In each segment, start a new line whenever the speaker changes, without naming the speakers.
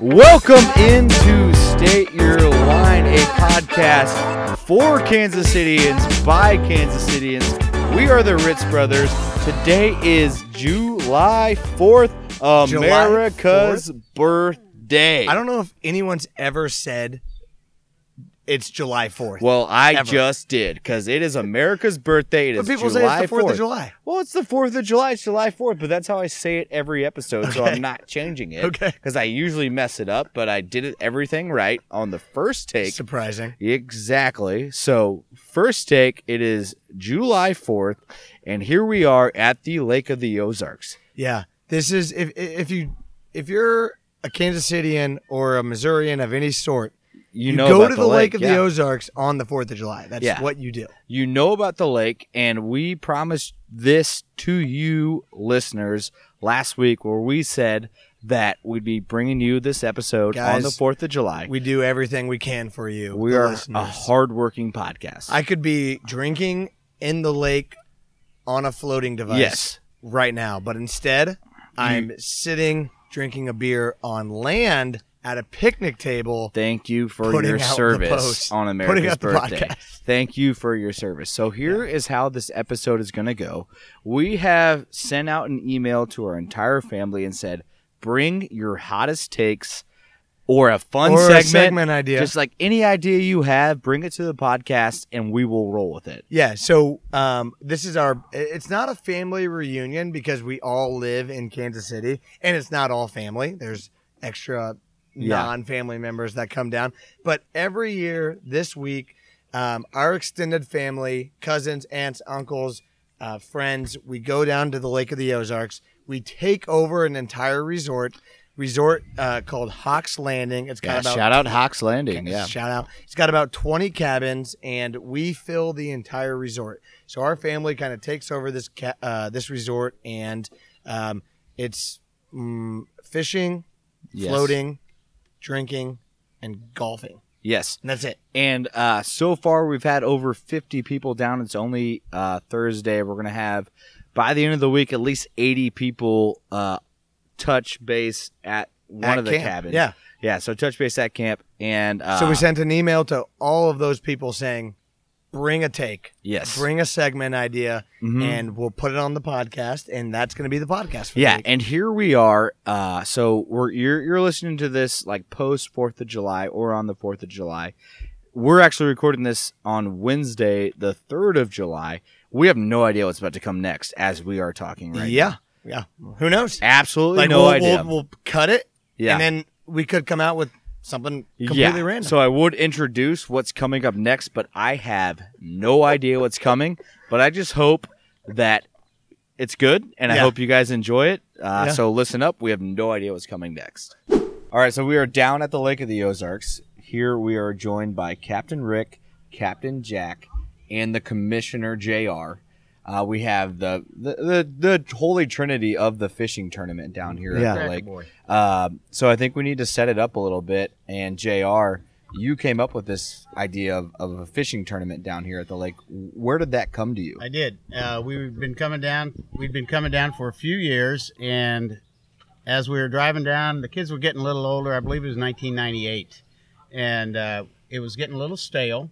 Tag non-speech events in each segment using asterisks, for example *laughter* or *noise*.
Welcome into State Your Line, a podcast for Kansas Cityans by Kansas Cityans. We are the Ritz Brothers. Today is July 4th,
July
America's birthday.
I don't know if anyone's ever said it's July 4th.
Well, I
Ever.
just did because it is America's birthday. It is
but people
July
say it's the 4th, of July.
Well, it's the 4th of July. It's July 4th, but that's how I say it every episode, so
Okay.
I'm not changing
*laughs*
it.
Okay.
Because I usually mess it up, but I did it everything right on the first take.
Surprising.
Exactly. So, first take, it is July 4th, and here we are at the Lake of the Ozarks.
Yeah. This is if if you if you're a Kansas Cityan or a Missourian of any sort,
You,
you,
know
go
about
to the, Lake, of
yeah.
the Ozarks on the 4th of July. That's
Yeah.
what you do.
You know about the lake, and we promised this to you listeners last week where we said that we'd be bringing you this episode
Guys,
on the 4th of July.
We do everything we can for you.
We
the
are a
listeners.
hardworking podcast.
I could be drinking in the lake on a floating device
yes.
right now, but instead I'm sitting drinking a beer on land at a picnic table
Thank you for
Putting
your
out the
service
post.
on
Putting
America's
out the
birthday.
podcast.
Thank you for your service. So here is how this episode is going to go. We have sent out an email to our entire family and said, "Bring your hottest takes or a fun
Or a
segment,
segment idea.
just like any idea you have, bring it to the podcast and we will roll with it."
Yeah, so um, this is our. It's not a family reunion because we all live in Kansas City, and it's not all family. There's extra
Yeah.
non-family members that come down, but every year this week, um, our extended family, cousins, aunts, uncles, uh, friends, we go down to the Lake of the Ozarks. We take over an entire resort, resort uh, called Hawks Landing. It's got
Yeah,
about
shout out Hawks Landing. Yeah.
Shout out. It's got about 20 cabins, and we fill the entire resort. So our family kind of takes over this ca- uh, this resort, and um, it's mm, fishing,
Yes.
floating, drinking, and golfing.
Yes.
And that's it.
And uh, so far, we've had over 50 people down. It's only uh, Thursday. We're going to have, by the end of the week, at least 80 people uh, touch base at one
At
of the
camp,
cabins.
yeah.
Yeah. So touch base at camp. And uh,
so we sent an email to all of those people saying, "Bring a take,
Yes.
bring a segment idea,
Mhm.
and we'll put it on the podcast." And that's going to be the podcast. For
yeah.
the week.
And here we are. Uh, so we're you're, you're listening to this like post 4th of July or on the 4th of July. We're actually recording this on Wednesday, the 3rd of July. We have no idea what's about to come next as we are talking right now.
yeah, yeah. Who knows?
Absolutely
Like
no
we'll,
idea.
We'll, we'll cut it,
Yeah.
and then we could come out with something completely
yeah.
random.
So I would introduce what's coming up next, but I have no idea what's coming. But I just hope that it's good, and I
Yeah.
hope you guys enjoy it. Uh,
Yeah.
So listen up. We have no idea what's coming next. All right, so we are down at the Lake of the Ozarks. Here we are joined by Captain Rick, Captain Jack, and the Commissioner JR. Uh, we have the, the the the holy trinity of the fishing tournament down here
Yeah.
at the
Cracker
lake.
boy.
Um, so I think we need to set it up a little bit. And Jr., you came up with this idea of, of a fishing tournament down here at the lake. Where did that come to you?
I did. Uh, we've been coming down. We'd been coming down for a few years, and as we were driving down, the kids were getting a little older. I believe it was 1998, and uh, it was getting a little stale.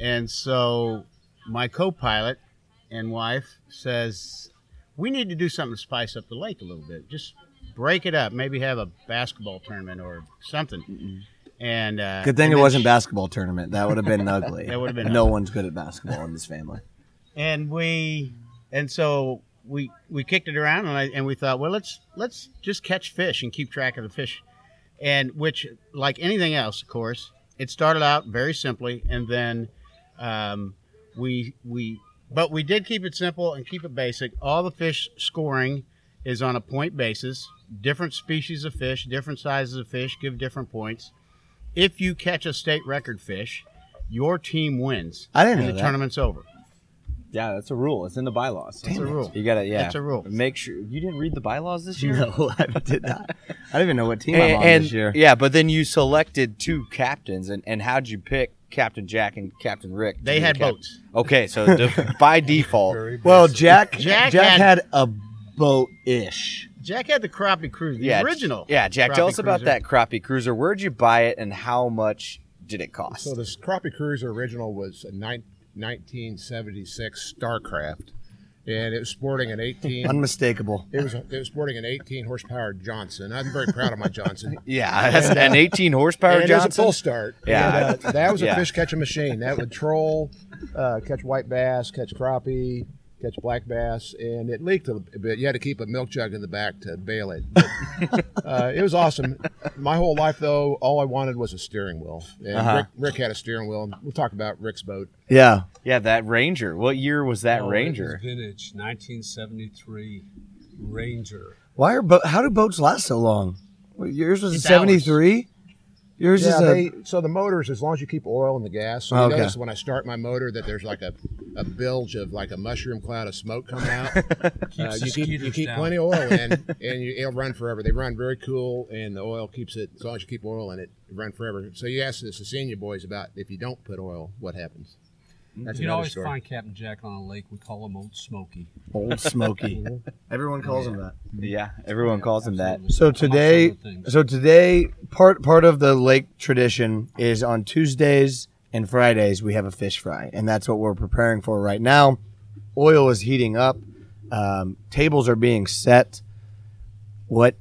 And so my co-pilot and wife says, "We need to do something to spice up the lake a little bit. Just break it up. Maybe have a basketball tournament or something." And uh,
Good thing
and
it
then
wasn't
she-
basketball tournament. That would have been ugly.
That would have been
no one's good at basketball in this family.
and we and so we we kicked it around and I, and we thought well let's let's just catch fish and keep track of the fish and which like anything else of course it started out very simply and then um, we we but we did keep it simple and keep it basic all the fish scoring is on a point basis different species of fish different sizes of fish give different points if you catch a state record fish your team wins
I didn't
and
know
the
that.
tournament's over
Yeah, that's a rule. It's in the bylaws.
It's a rule.
You gotta, yeah.
That's a rule.
Make sure you didn't read the bylaws this year.
No, *laughs* I did not. I don't even know what team I'm
And,
on
and-
this year.
yeah, but then you selected two captains, and, and how'd you pick Captain Jack and Captain Rick? to be
They
the
had
cap-
boats.
Okay, *laughs* so de- *laughs* by default,
*laughs* Well, Jack
Jack
Jack,
had-
had, a boat ish.
Jack had the crappie cruise, the
yeah,
original.
Yeah, Jack, tell
crappie
us about
cruiser.
that crappie cruiser. Where'd you buy it, and how much did it cost?
So this Crappie Cruiser original was a nine, 1976 Starcraft, and it was sporting an 18.
Unmistakable.
it was it was sporting an 18 horsepower Johnson. I'm very proud of my Johnson.
*laughs* yeah, that's an 18 horsepower
And it is a
Johnson.
full start.
Yeah.
And, uh, that was
*laughs*
a
Yeah.
fish catching machine. That would troll, uh, catch white bass, catch crappie, catch black bass, and it leaked a bit. You had to keep a milk jug in the back to bail it. But,
*laughs*
uh, it was awesome. My whole life, though, all I wanted was a steering wheel. And Rick, Rick had a steering wheel. and We'll talk about Rick's boat.
Yeah.
Uh-huh. yeah, that Ranger. What year was that
Oh, it
Ranger?
was vintage, 1973 Ranger.
Why are bo- how do boats last so long? Well, Yours was a
It's
seventy three. Yours
Yeah,
is a
they, so the motors, as long as you keep oil in the gas. So you
Okay.
notice when I start my motor that there's like a, a bilge of like a mushroom cloud of smoke coming
*laughs*
out. Uh,
Keeps
you
the
keep, you
skeeters
keep
down.
plenty of oil
*laughs*
in, and you, it'll run forever. They run very cool, and the oil keeps it as long as you keep oil in it, it run forever. So you asked the Senior boys about if you don't put oil, what happens? That's
You can
another
always
story.
find Captain Jack on a lake. We call him Old Smoky. *laughs*
old smoky.
Everyone calls him that.
Yeah, everyone calls him that.
Absolutely.
so
Amongst
today
other things.
so today part part of the lake tradition is on Tuesdays and Fridays we have a fish fry, and that's what we're preparing for right now. Oil is heating up, um, tables are being set. What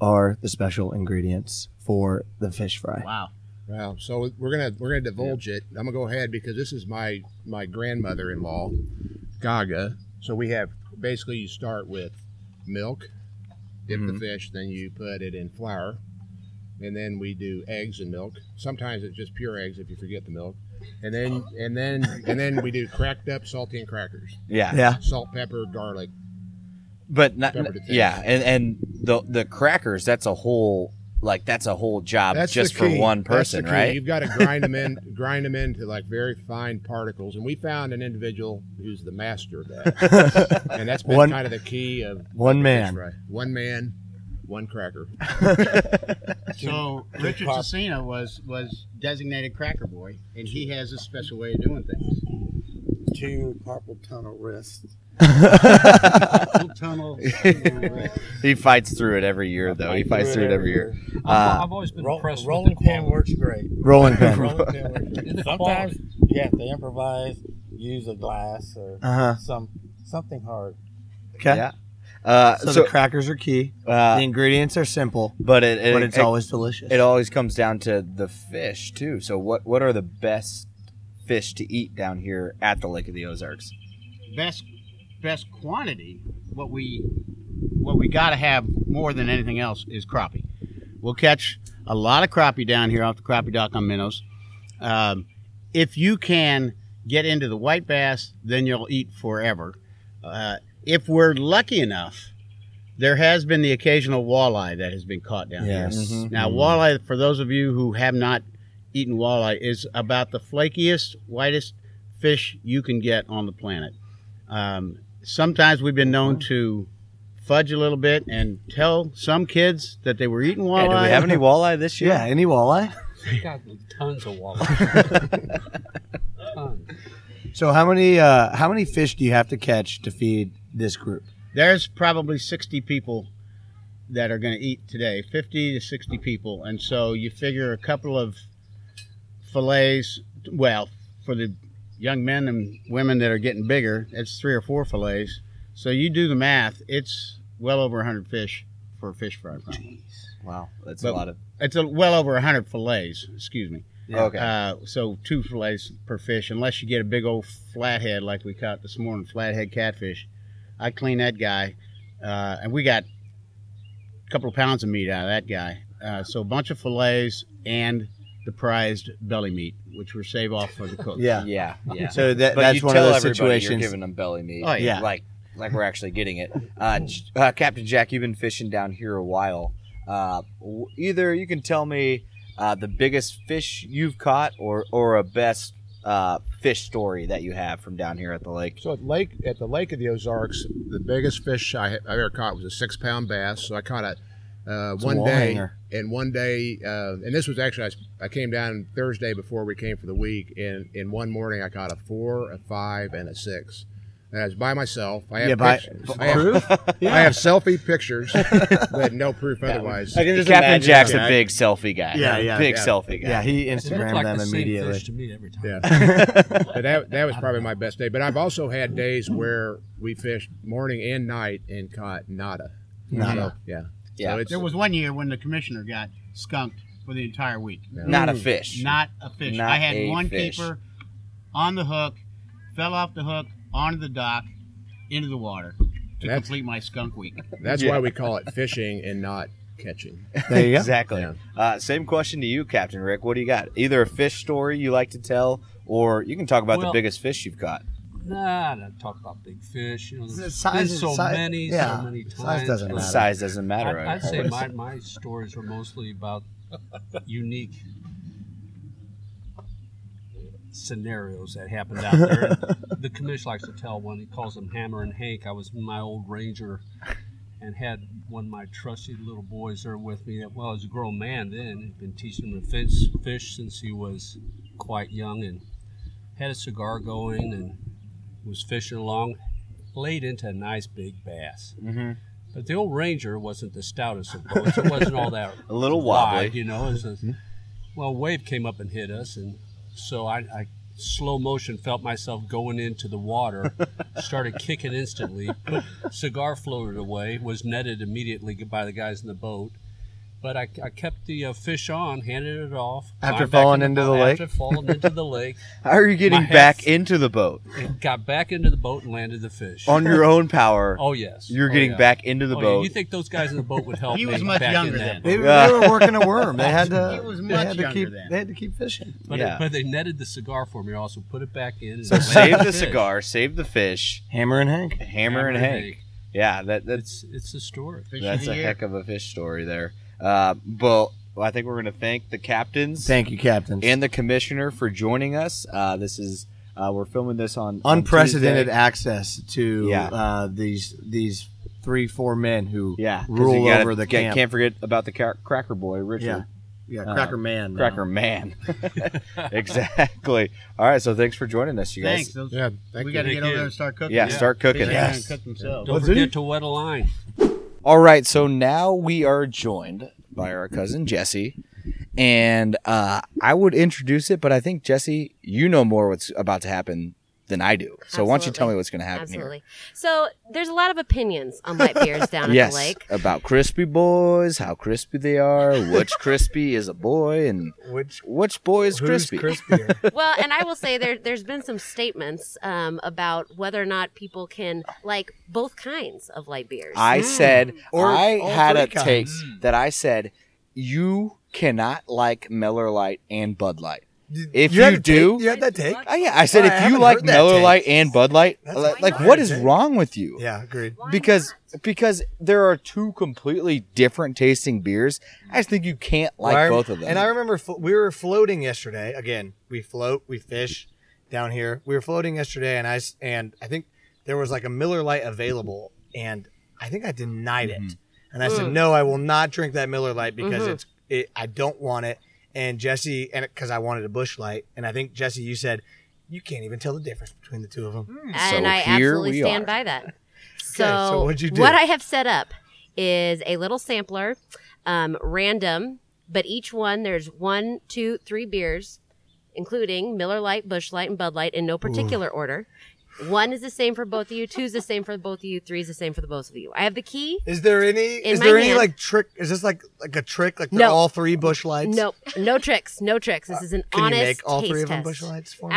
are the special ingredients for the fish fry?
Wow.
Wow. So we're gonna we're gonna divulge it. I'm gonna go ahead because this is my my grandmother-in-law, Gaga. So we have basically you start with milk, dip
Mm-hmm.
the fish, then you put it in flour, and then we do eggs and milk. Sometimes it's just pure eggs if you forget the milk, and then and then and then we do cracked up saltine crackers,
Yeah,
Yeah,
salt, pepper, garlic.
but not.
Pepper to taste.
yeah, and and the the crackers. That's a whole like that's a whole job
That's
just
the
for
key.
one
That's the
person,
key.
right?
You've got to
*laughs*
grind them in, grind them into like very fine particles. And we found an individual who's the master of that,
*laughs*
and that's been
One-
kind of the key of
one man.
right. One man,
*laughs*
one cracker.
So Richard Cicino was was designated cracker boy, and he has a special way of doing things.
two carpal tunnel wrists.
*laughs* Little tunnel. uh,
He fights through it every year, though. He fights through it every year.
I've,
Uh,
I've always been
Roll,
impressed
rolling
with the
pin
quality.
works great.
Rolling pin.
*laughs*
*laughs* Rolling pin works
And the
great. *laughs* Sometimes
quality.
you have to improvise, use a glass or
Uh-huh.
some something hard.
Okay.
Yeah. uh,
So,
so,
the crackers are key.
uh,
the ingredients are simple,
but it, it
but it's
it-
always delicious.
it always comes down to the fish too. So what what are the best fish to eat down here at the Lake of the Ozarks?
best best quantity what we what we got to have more than anything else is crappie we'll catch a lot of crappie down here off the crappie dock on minnows um, if you can get into the white bass then you'll eat forever uh, if we're lucky enough there has been the occasional walleye that has been caught down here
yes.
now, walleye, for those of you who have not eaten walleye, is about the flakiest, whitest fish you can get on the planet. Um, sometimes we've been known to fudge a little bit and tell some kids that they were eating
Yeah,
walleye.
do we have any walleye
*laughs*
this year?
Yeah, any walleye.
We got tons of walleye. tons.
So how many uh, how many fish do you have to catch to feed this group?
There's probably 60 people that are going to eat today, 50 to 60 people. And so you figure a couple of fillets, well, for the young men and women that are getting bigger, it's three or four fillets. So you do the math, it's well over 100 fish for a fish fry. problem.
Wow, that's
But-
a lot of.
It's a, well over 100 fillets, excuse me.
Okay.
Uh, so two fillets per fish, unless you get a big old flathead like we caught this morning, flathead catfish. I clean that guy, uh, and we got a couple of pounds of meat out of that guy. Uh, so a bunch of fillets and the prized belly meat, which we save off
*laughs*
for the cook. *laughs* Uh,
yeah, yeah.
So that,
But
that's
you
one of
tell
those
everybody
situations.
You're giving them belly meat.
Oh, yeah.
Like, like we're actually getting it.
*laughs*
Uh, J- uh, Captain Jack, you've been fishing down here a while. Uh, w- either you can tell me uh, the biggest fish you've caught, or or a best uh, fish story that you have from down here at the lake?
So at lake at the Lake of the Ozarks, the biggest fish I, I ever caught was a six pound bass. So I caught a uh,
a
one
wall
day,
hanger.
and one day, uh, and this was actually I, s- I came down Thursday before we came for the week, and in one morning I caught a four, a five, and a six. And I was by myself. I have
Yeah, by-
pictures. *laughs* I have, I have selfie pictures, but no proof otherwise.
I can just
Captain
imagine
Jack's
Yeah.
a big selfie guy.
Yeah, yeah,
Big
yeah.
selfie guy.
Yeah, he
It looked
Instagrammed
like
them
the same
immediately.
fish to me every time.
Yeah.
*laughs*
but that, that was probably my best day. But I've also had days where we fished morning and night and caught nada.
Nada.
So, yeah.
Yeah.
So it's,
There was one year when the commissioner got skunked for the entire week.
Not a fish.
Not a fish.
Not
I had
a
one
fish.
keeper on the hook, fell off the hook, onto the dock, into the water to
That's-
complete my
*laughs*
skunk week.
that's
Yeah.
why we call it fishing and not catching.
There
*laughs*
you go.
Exactly.
Yeah.
Uh, same question to you, Captain Rick. What do you got? Either a fish story you like to tell, or you can talk about the
Well-
biggest fish you've caught.
Nah, I don't talk about big fish. You know,
The
there's
size
been
is-
so
size-
many,
yeah,
so many
size
times.
doesn't
but
The
matter.
size doesn't matter.
I, I'd
*laughs*
say
suppose.
my, my stories were mostly about *laughs* unique scenarios that happened out there.
*laughs*
the commission likes to tell one. He calls them Hammer and Hank. I was in my old Ranger and had one of my trusty little boys there with me. That well, I was a grown man then. Had been teaching him to fish, fish since he was quite young, and had a cigar going and was fishing along. Laid into a nice big bass.
Mhm.
But the old Ranger wasn't the stoutest of boats. It wasn't all that
*laughs* A little
wide,
wobbly. Mm-hmm.
you know. It's a, well, a wave came up and hit us, and so I, I slow motion felt myself going into the
*laughs*
water. started kicking instantly. Cigar floated away. Was netted immediately by the guys in the boat. But I, I kept the uh, fish on, handed it off.
After
climbed back in
falling into the lake?
After falling into the lake,
*laughs* How are you getting
My
back
hats-
into the boat
got back into the boat and landed the fish.
on your own power?
oh yes,
You're
Oh,
getting
yeah.
back into the
Oh, yeah.
boat.
You think those guys in the boat would help
He
me
was much
back in
younger
that
then.
They,
Yeah.
they were working a worm. They had to.
*laughs* He was
they
much
had to
younger
keep.
then.
They had to keep fishing.
But,
Yeah.
it, but they netted the cigar for me. Also put it back in. and
so
it
save
landed
the
fish.
cigar, save the fish,
Hammer and Hank.
hammer and Hank. Yeah, that that's
It's it's a story.
Fish of
that's
the
a
year.
heck of a fish story there. Uh, but I think we're gonna thank the captains
Thank you, Captain.
and the commissioner for joining us. Uh, this is uh, we're filming this on on
Unprecedented
Tuesday.
access to
Yeah.
uh, these these three four men who
yeah, 'cause
rule
you gotta-
over the
can't-
camp.
Can't forget about the cra- Cracker Boy, Richard.
yeah yeah
Uh,
Cracker Man now.
Cracker
*laughs*
Man. *laughs* exactly. All right. So thanks for joining us, you
Thanks.
guys.
Those-
Yeah, thank
we
you.
got to get
you.
over there and start cooking.
Yeah,
Yeah.
start
Fish
cooking.
are gonna cook themselves.
Don't forget to wet a
*laughs*
line.
All right, so now we are joined by our cousin Jesse, and uh, I would introduce it, but I think Jesse, you know more what's about to happen than I do. So why don't you tell me
Absolutely.
what's going to happen
Absolutely. So there's a lot of opinions
*laughs*
on light beers down
here?
at
Yes,
the lake.
about crispy boys, how crispy they are,
*laughs*
which crispy is a boy, and
Which
which boy is crispy.
crispier?
Well, and I will say there there's been some statements um, about whether or not people can like both kinds of light beers.
I said
Mm. Or
I
all
had
three
a
kinds.
take that I said you cannot like Miller Lite and Bud Light. If you,
had that
do,
take- you had that take.
Oh, yeah, I said
Well, I
if you
haven't
like
heard that
Miller
take.
Lite and Bud Light,
That's
li-
a
like
fire
what is
take.
wrong with you?
Yeah, agreed.
Why
Because
not?
because there are two completely different tasting beers. I just think you can't like
Well, I rem-
both of them.
And I remember flo- we were floating yesterday. Again, we float, we fish down here. We were floating yesterday, and I s- and I think there was like a Miller Lite available, and I think I denied it.
Mm-hmm.
And I said,
Mm.
no, I will not drink that Miller Lite because
Mhm.
it's it, I don't want it. And Jesse, and because I wanted a Bush Light, and I think Jesse, you said you can't even tell the difference between the two of them.
Hmm.
and
So
I
here
absolutely
we
stand
are.
by that. So,
so what'd you do?
what I have set up is a little sampler, um, random, but each one there's one, two, three beers, including Miller Lite, Bush Light, and Bud Light in no particular order. One is the same for both of you. Two is the same for both of you. Three is the same for the both of you. I have the key.
Is there any?
In
is
my
there any
hand-
like trick? Is this like like a trick? Like they're
No.
all three Bush Lights?
No, no tricks, no tricks. This is an
Uh, Can
honest
you make all
taste
three of them
test.
Bush Lights for me? please?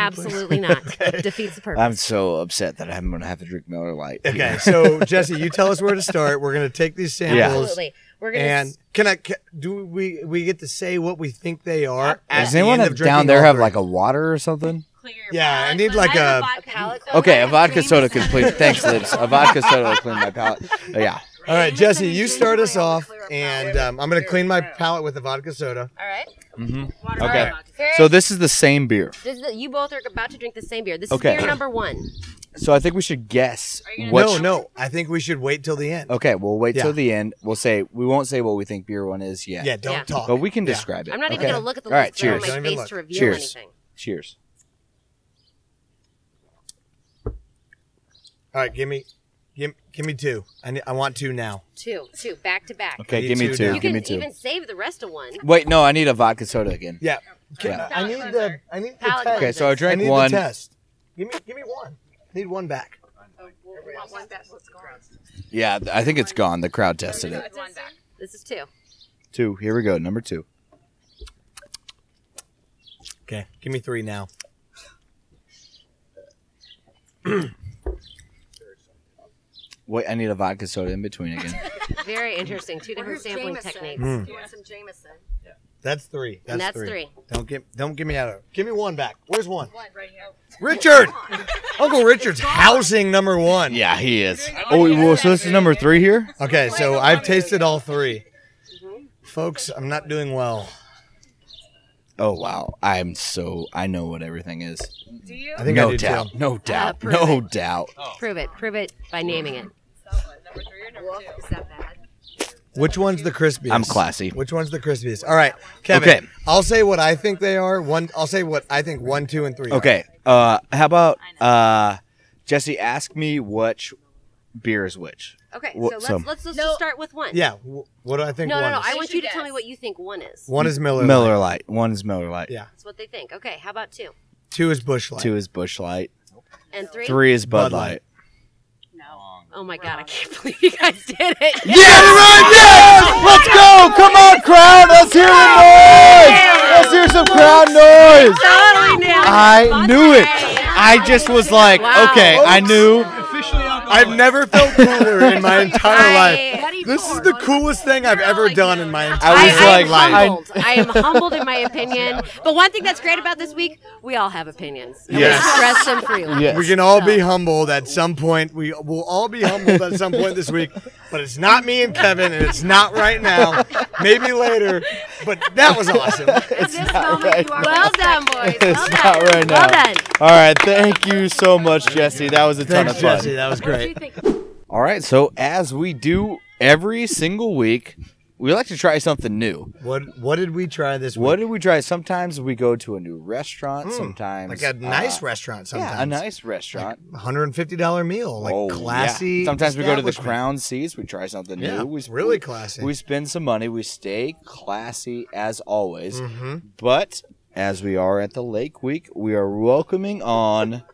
*laughs*
Absolutely not. Defeats the purpose.
I'm so upset that I'm going to have to drink Miller Lite.
Okay, so Jesse, you tell us where to start. We're gonna take these samples,
Absolutely. We're gonna
and can I? Can, do we we get to say what we think they are? at
Does
the
anyone
end of
have down
drinking
there
all
have
three?
like a water or something?
Yeah, I need like a.
palate *laughs*
Okay, a vodka soda could clean. Thanks, Lips. A vodka soda will clean my palate. Uh, Yeah,
All right, Jesse, you start us off, and um, I'm going to clean my palate with the vodka soda.
All right.
Mhm.
Water
Okay.
bottle. Here-
So this is the same beer.
this is the- you both are about to drink the same beer. This
Okay.
is beer number one.
So I think we should guess
Are you gonna
what.
no, no, I think we should wait till the end.
Okay, we'll wait
Yeah.
till the end. We'll say we won't say what we think beer one is yet.
Yeah, don't
Yeah.
talk.
But we can
Yeah.
describe it.
I'm not even
Okay.
gonna look at the
All right,
list right,
cheers.
on
Don't even
my face
look.
to reveal
Cheers.
anything.
Cheers.
All right, give me, give, give me two. I, ne- I want two now.
Two, two, back to back.
Okay,
need
give me
two
two.
now.
You
give
can
me two.
even save the rest of one.
Wait, no, I need a vodka soda again.
Yeah.
Yeah.
I need the, I need the
Palate
test.
Okay, so I
I
drank
need
one.
the test. Give me, give me one. I need one back.
Yeah, th- I think it's gone. The crowd tested it.
This is two.
Two. Here we go. Number two. *clears throat*
Okay, give me three now.
Wait, I need a vodka soda in between again.
*laughs* *laughs* Very interesting. Two different sampling techniques.
Mm.
You want some Jameson?
That's three. That's,
and that's three.
Don't get, don't give me out of it. Give me one back. Where's one?
One right here.
Richard, Uncle Richard's housing number one.
yeah, he is. Oh, well, so this is number three here.
Okay, so I've tasted all three. Folks, I'm not doing well.
Oh wow, I'm so I know what everything is.
Do you?
I think
no
I do
doubt.
too.
No doubt.
prove
no doubt.
Prove it. Prove it by naming it.
Number three or number two? Is that bad?
Which one's the crispiest?
I'm classy.
Which one's the crispiest? All right, Kevin.
Okay.
I'll say what I think they are. One, I'll say what I think one, two, and three. are.
Okay. Uh, how about uh, Jesse? Ask me which beer is which.
Okay,
Wha-
so let's
some-
let's, let's
No.
just start with one.
Yeah. wh- What do I think?
No, no,
one
no.
Is?
I
We
want
should
you to tell me
guess.
what you think one is.
one is Miller. Lite.
Miller Light. One is Miller Light.
Yeah.
That's what they think. Okay, how about two
Two is Bush Light.
Two is Bush Light.
and three?
Three is Bud,
Bud Light.
Light.
No.
Oh my god, I can't *laughs* believe you guys did
*laughs*
it.
Yeah, you're right. Yes. Let's go. Come on, crowd. Let's hear the noise. Let's hear some crowd noise.
Totally nailed it.
I knew it. I just was like,
Wow.
okay, I knew.
Officially
I've never felt cooler in my entire life.
I-
This is the coolest thing I've ever done in my entire
I was
I,
like,
am
I-
humbled. I, am humbled in my
*laughs*
opinion. But one thing that's great about this week, we all have opinions. And
Yes.
We express them freely.
Yes.
We can all be humbled at some point. We will all be humbled at some point this week, but it's not me and Kevin, and it's not right now. Maybe later, but that was awesome.
this moment, you are
Well done, boys. Well
It's
done.
not right
Well
now.
done.
All right. Thank you so much, Jesse. That was a ton
Thanks,
of fun.
Jesse. That was great.
All right. So, as we do every single week, we like to try something new.
What What did we try this week? Hmm,
What did we try? Sometimes we go to a new restaurant. sometimes
like a nice
uh,
restaurant sometimes.
Yeah, a nice restaurant.
$150 meal, like
Oh, yeah.
classy.
Sometimes we go to the
establishment.
Crown Seas. We try something
Yeah,
new. We
it's really classy.
We spend some money. We stay classy as always.
Mhm.
But as we are at the Lake Week, we are welcoming on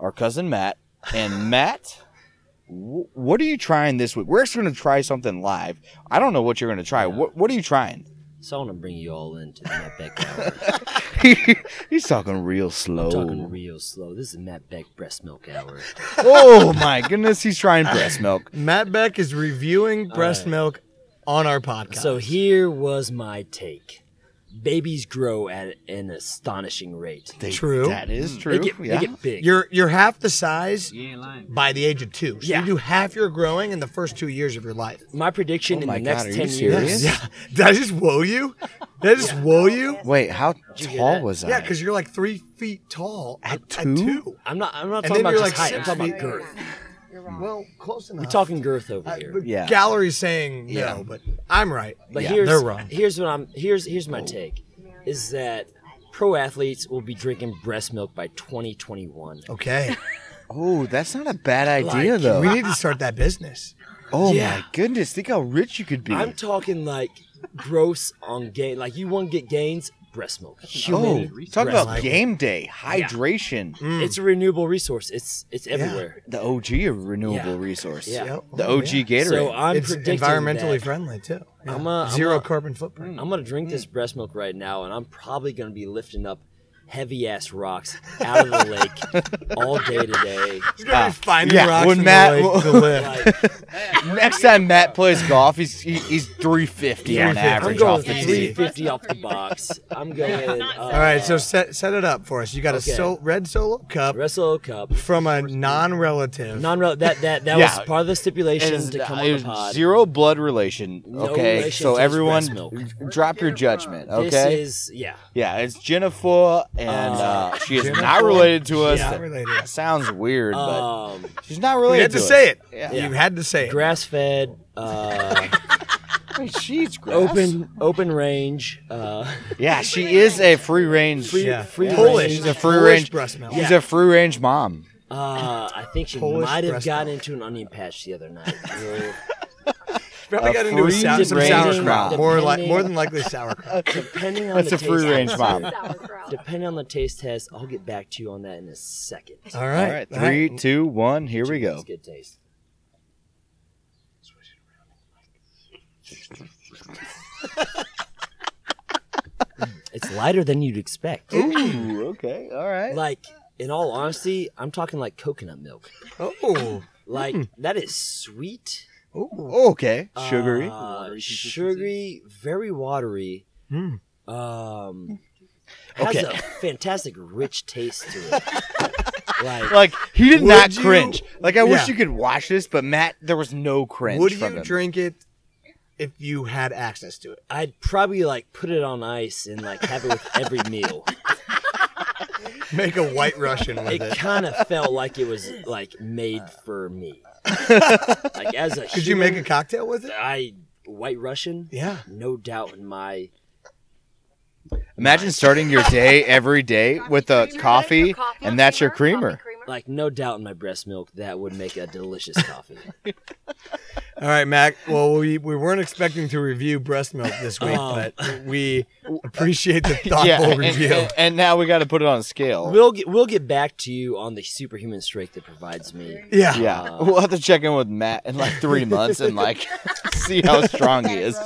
our cousin Matt.
*laughs*
And Matt, wh- what are you trying this week? We're just going to try something live. I don't know what you're going to try. What What are you trying? *laughs*
So I want to bring you all into the Matt Beck Hour.
He's talking real slow.
*laughs* Talking real slow. This is Matt Beck Breast Milk Hour.
oh my goodness, he's trying breast milk.
Matt Beck is reviewing breast milk on our podcast.
So here was my take. Babies grow at an astonishing rate.
They-
True. Mm.
That is true.
Mm. They get,
yeah.
they get big.
you're you're half the size
lying.
by the age of two. So
Yeah.
you do half your growing in the first two years of your life.
my prediction
Oh
in
my
the
God,
next
are you
10
serious?
years.
Yeah.
*laughs* Did I just woe you? Did I just woe you?
Wait, how
you hear
tall
that?
was I?
Yeah, because you're like three feet tall at,
At two?
I'm not, I'm not
And
talking
then
about
you're
just
like
height. I'm
six
talking
feet.
about girth.
Well, close enough.
We're talking girth over
Uh,
here.
the
Yeah.
gallery's saying no,
Yeah.
but I'm right.
But
Yeah,
here's
they're wrong.
here's what I'm here's here's
Oh.
my take is that pro athletes will be drinking breast milk by 2021.
Okay,
*laughs* Oh, that's not a bad idea
Like,
though.
we need to start that business.
oh
Yeah.
my goodness, think how rich you could be.
I'm talking like gross on gain. Like you want to get gains, breast milk. Human.
oh, talk
breast
about
milk.
game day hydration.
Mm,
It's a renewable resource. It's it's everywhere.
The OG of renewable
Yeah.
resource.
Yeah.
Yep.
The
Oh,
OG
yeah.
Gatorade.
So I'm
it's
predicting
environmentally
that
friendly too. Yeah.
I'm a- I'm
Zero
a-
carbon footprint.
Hmm.
I'm gonna drink this breast milk right now, and I'm probably gonna be lifting up heavy ass rocks out
*laughs*
of the lake uh, all
*laughs*
day today.
Ah, when Matt *laughs* next time Matt plays golf, he's he, he's three fifty on average
I'm going
off the tee.
350 off the box. I'm going. Uh,
All right, so set, set it up for us. You got
Okay.
a so, red solo cup
Red Solo Cup.
from a non-relative.
Non that
*laughs*
that that
Yeah.
was part of the
It
stipulation
is-
to come
it
on the
is
pod.
zero blood relation.
No
Okay,
relation to
so
his
everyone,
breast milk.
drop your judgment. Okay,
This is yeah.
yeah, it's Jennifer, and
Uh,
uh, she is not related to us.
Yeah.
Not related.
Sounds weird, but
Um,
she's not
You
related.
had to
us.
say it.
Yeah.
Yeah.
You had to say it.
grass
*laughs*
fed. Uh,
Wait, she's grass.
open open range. Uh,
Yeah, she is a free range.
free
Yeah.
free
Polish.
range.
She's a free
Polish
range.
breast milk.
She's a free range mom.
Uh, I think she
Polish
might have
breast
gotten into an onion patch the
*laughs*
other night. We're-
Probably
a
got into a
free
sou- some
range
sauerkraut.
mom.
More like,
Depending-
more than likely sauerkraut.
*laughs* depending on
That's
the
a free
taste
range
test-
mom.
Depending on the taste test, I'll get back to you on that in a second.
All
All
right,
right, three, two, one. Here we go.
It's
*laughs*
good taste. it's lighter than you'd expect. *clears throat*
Ooh, okay, all right.
Like, in all honesty, I'm talking like coconut milk.
Oh,
Like that is sweet,
Hmm. okay, sugary.
uh, sugary, very watery.
Mm.
Um,
Hmm.
has
Okay.
a fantastic rich taste to it.
*laughs*
like,
Like he did
Would
not
you-
cringe. Like I
Yeah.
wish you could watch this, but Matt, there was no cringe.
would
from
you
him.
drink it if you had access to it?
I'd probably like put it on ice and like have it with every meal.
*laughs* Make a white Russian with
It
it.
kind of felt like it was like made
*laughs*
for me. Like as a
Could you make a cocktail with it?
I White Russian,
Yeah.
no doubt in my
Imagine starting your day every day with a coffee, and that's your creamer.
like no doubt in my breast milk that would make a delicious
*laughs*
coffee.
All right, Mac. Well, we, we weren't expecting to review breast milk this week,
Oh.
but
*laughs*
we appreciate the thoughtful
and,
review.
and- and now we got to put it on a scale.
We'll get we'll get back to you on the superhuman strength that provides me. Uh,
yeah.
yeah, *laughs* we'll have to check in with Matt in like *laughs* three months and like see how strong he is.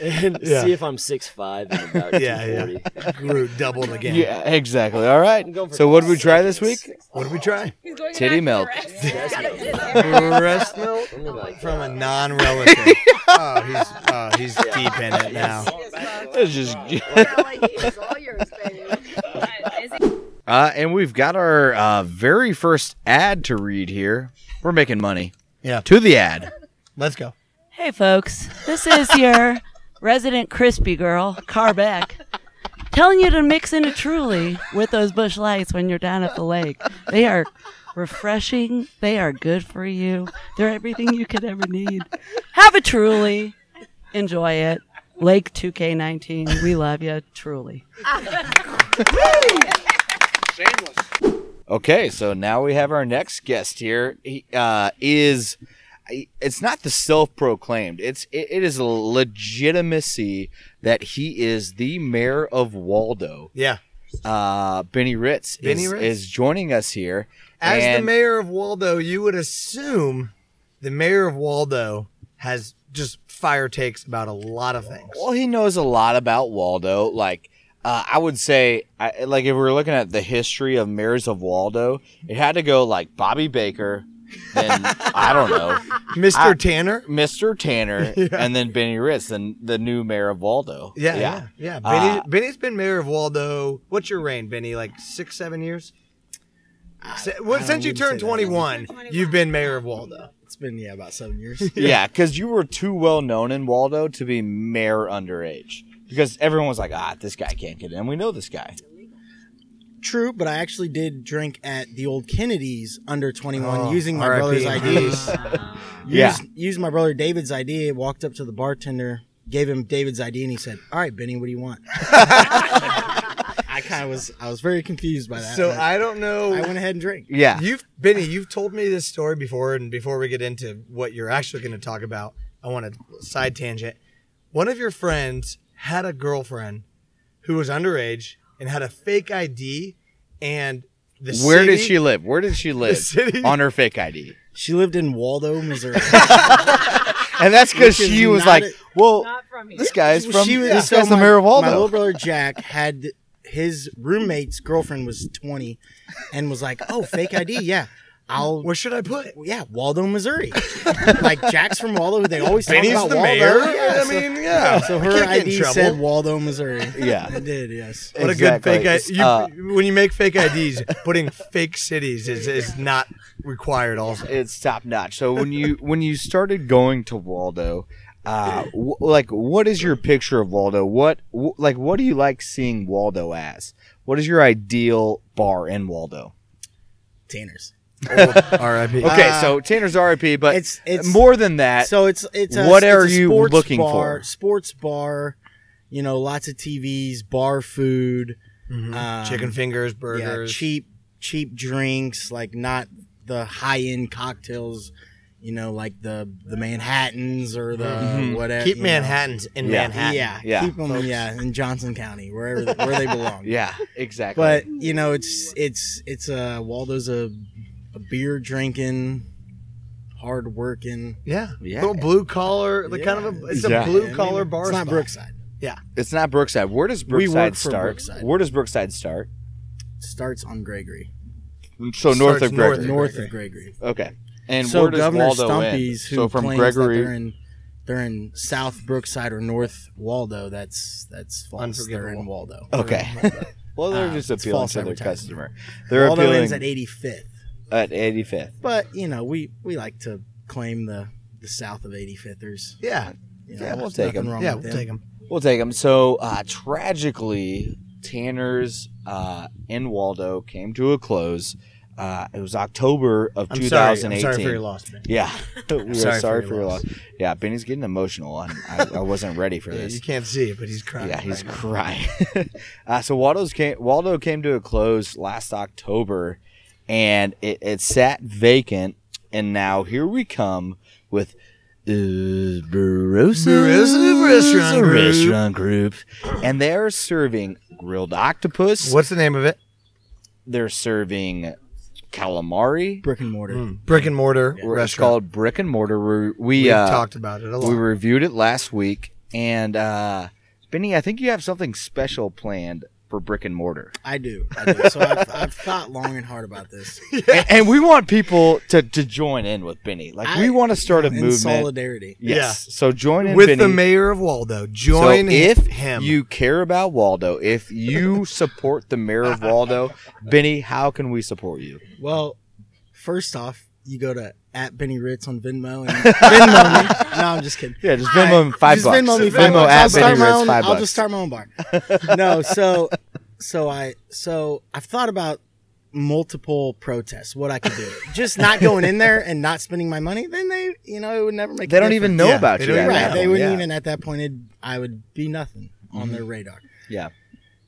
and
Yeah.
see if I'm six five and about
Yeah, yeah.
240.
Grew doubled again.
Yeah, exactly. All right.
going for
So what did we try this week?
What did we try?
Titty milk.
breast milk
Something like
from a
*laughs*
non-relative.
*laughs*
oh, he's oh, he's deep in it now.
It's just. *laughs*
Is
Uh, and we've got our uh, very first ad to read here. We're making money.
Yeah.
To the ad.
Let's go.
Hey, folks, this is your resident crispy girl, Carbeck, telling you to mix in a truly with those bush lights when you're down at the lake. They are refreshing, they are good for you, they're everything you could ever need. Have a truly, enjoy it. Lake 2K19, we love you, truly.
Okay, so now we have our next guest here. He uh, is. It's not the self-proclaimed. It's it, it is a legitimacy that he is the mayor of Waldo.
Yeah.
Uh, Benny Ritz,
Benny
is,
Ritz?
is joining us here
As the
and-
mayor of Waldo, you would assume the mayor of Waldo has just fire takes about a lot of things.
Well, he knows a lot about Waldo. Like, uh, I would say, I, like, if we were looking at the history of mayors of Waldo, it had to go like Bobby Baker, then I don't
*laughs*
know,
Mr.
I-
Tanner?
Mr.
*laughs*
Tanner, and then Benny Ritz, and the new mayor of Waldo.
Yeah, yeah, yeah. Benny,
Uh,
Benny's been mayor of Waldo. What's your reign, Benny? Like six, seven years? Si- well, since you
wouldn't
turned
say that.
21, you've been mayor of Waldo.
It's been yeah about seven years.
*laughs*
Yeah, because you were too well known in Waldo to be mayor underage. Because everyone was like, ah, this guy can't get in. We know this guy.
True, but I actually did drink at the old Kennedy's under 21
Oh,
using my
RIP.
brother's
*laughs*
IDs.
Yeah.
Used, used my brother David's ID, walked up to the bartender, gave him David's ID, and he said, All right, Benny, what do you want? *laughs* I kind of was, I was very confused by that.
So
but
I don't know.
I went ahead and drank.
Yeah.
You've Benny, you've told me this story before, and before we get into what you're actually going to talk about, I want a side tangent. One of your friends had a girlfriend who was underage and had a fake ID, and the
Where
city,
did she live? Where
*laughs*
did she live?
city-
On her fake ID.
She lived in Waldo, Missouri.
And that's because
Which is
she was
not
like,
a-
well,
Not from here.
this guy's
Well,
from,
she was-
this
so
guy's the
my-
mayor of Waldo.
My little brother Jack had his roommate's girlfriend was 20 and was like, "Oh, fake ID, yeah." I'll Where should I put it? Yeah, Waldo, Missouri. like Jack's from Waldo, they always talk
And he's
about
the
Waldo.
mayor? I
so-
mean, yeah.
So
I
her
can't get in
ID
trouble.
said Waldo, Missouri. *laughs*
Yeah.
it did. Yes.
What a good fake ID.
Exactly.
You,
Uh,
when you make fake IDs, putting fake cities is, is not required. Also,
it's top notch. So when you when you started going to Waldo, uh, w- like what is your picture of Waldo? What w- like what do you like seeing Waldo as? What is your ideal bar in Waldo?
Tanner's.
*laughs*
R.I.P.
Okay,
Uh,
so Tanner's R.I.P. But
it's- it's-
more than that.
So it's it's a,
what
it's
are
a
you
sports
looking
bar,
for?
Sports bar, you know, lots of TVs, bar food, um,
Mm-hmm. Chicken fingers, burgers.
yeah, cheap cheap drinks, like not the high end cocktails, you know, like the the Manhattans or the
Mhm.
whatever.
Keep
you know.
Manhattans in
yeah.
Manhattan.
Yeah,
Yeah,
keep them. Yeah, in Johnson County, wherever where they
*laughs*
belong.
Yeah, exactly.
But you know, it's it's it's uh Waldo's a, a beer drinking, hard working.
Yeah.
Yeah.
Little blue collar, the kind of a it's
Yeah.
a blue collar bar.
It's not
spot.
Brookside.
Yeah.
it's not Brookside. Where does
We work
Brookside
for
start?
Brookside.
Where does Brookside start?
Starts on Gregory.
So north of
north
Gregory.
of
North of Gregory.
Okay. And
so
where does
Governor
Waldo
Stumpy's,
end?
who
so from
claims that they're
Gregory,
in, they're in South Brookside or North Waldo. That's that's false. They're in Waldo.
okay. *laughs* well, they're
Uh,
just
it's
appealing
false
to their
advertising.
customer. They're
Waldo
appealing
ends at 85th,
at 85th.
but you know we we like to claim the the South of 85thers.
Yeah.
You know,
Yeah, we'll
there's
take
nothing
'em.
wrong
Yeah,
with
we'll
them.
take them.
We'll take them. So uh, tragically, Tanner's uh, in Waldo came to a close. Uh, it was October of
I'm sorry.
2018.
I'm sorry for your loss, man. *laughs*
Yeah, we are
sorry
sorry,
for your
for your
loss.
loss. Yeah, Benny's getting emotional, and I, I wasn't ready for
*laughs* Yeah,
this.
you can't see it, but he's crying.
Yeah, he's
right now.
crying. uh, so Waldo's came, Waldo came to a close last October, and it, it sat vacant. And now here we come with uh, Barossa
Barossa Restaurant Group.
Restaurant Group, and they're serving grilled octopus.
What's the name of it?
They're serving calamari.
brick and
Mm.
mortar.
Brick and mortar
We're- It's
restaurant.
called Brick and Mortar. We're- We
We've
uh,
talked about it a lot.
we reviewed it last week, and uh, Benny, I think you have something special planned for Brick
*laughs*
and Mortar.
I do. I do. So I've, I've thought long and hard about this.
and, and we want people to, to join in with Benny. Like we
I-
want to start a
in
movement.
solidarity.
Yes. So join in
with
Benny.
the mayor of Waldo.
So
Join
if
him.
you care about Waldo,
*laughs*
if you support the mayor of Waldo, Benny, how can we support you?
Well, first off, you go to at Benny Ritz on
*laughs*
Venmo and Venmo me. No, I'm just kidding.
Yeah, just Venmo him five
just
bucks.
Venmo me
Venmo
five bucks.
at
I'll, start
Benny
my
Ritz,
own,
five
I'll
bucks.
just start my own bar. No, so so I so I've thought about multiple protests, what I could do. Just not going in there and not spending my money, then they you know, it would never make a
They don't
difference.
even know
Yeah,
about
they
you.
don't
at
even
that
Right. They
point.
wouldn't
yeah. Mm-hmm.
even at that point it, I would be nothing on their radar.
Yeah.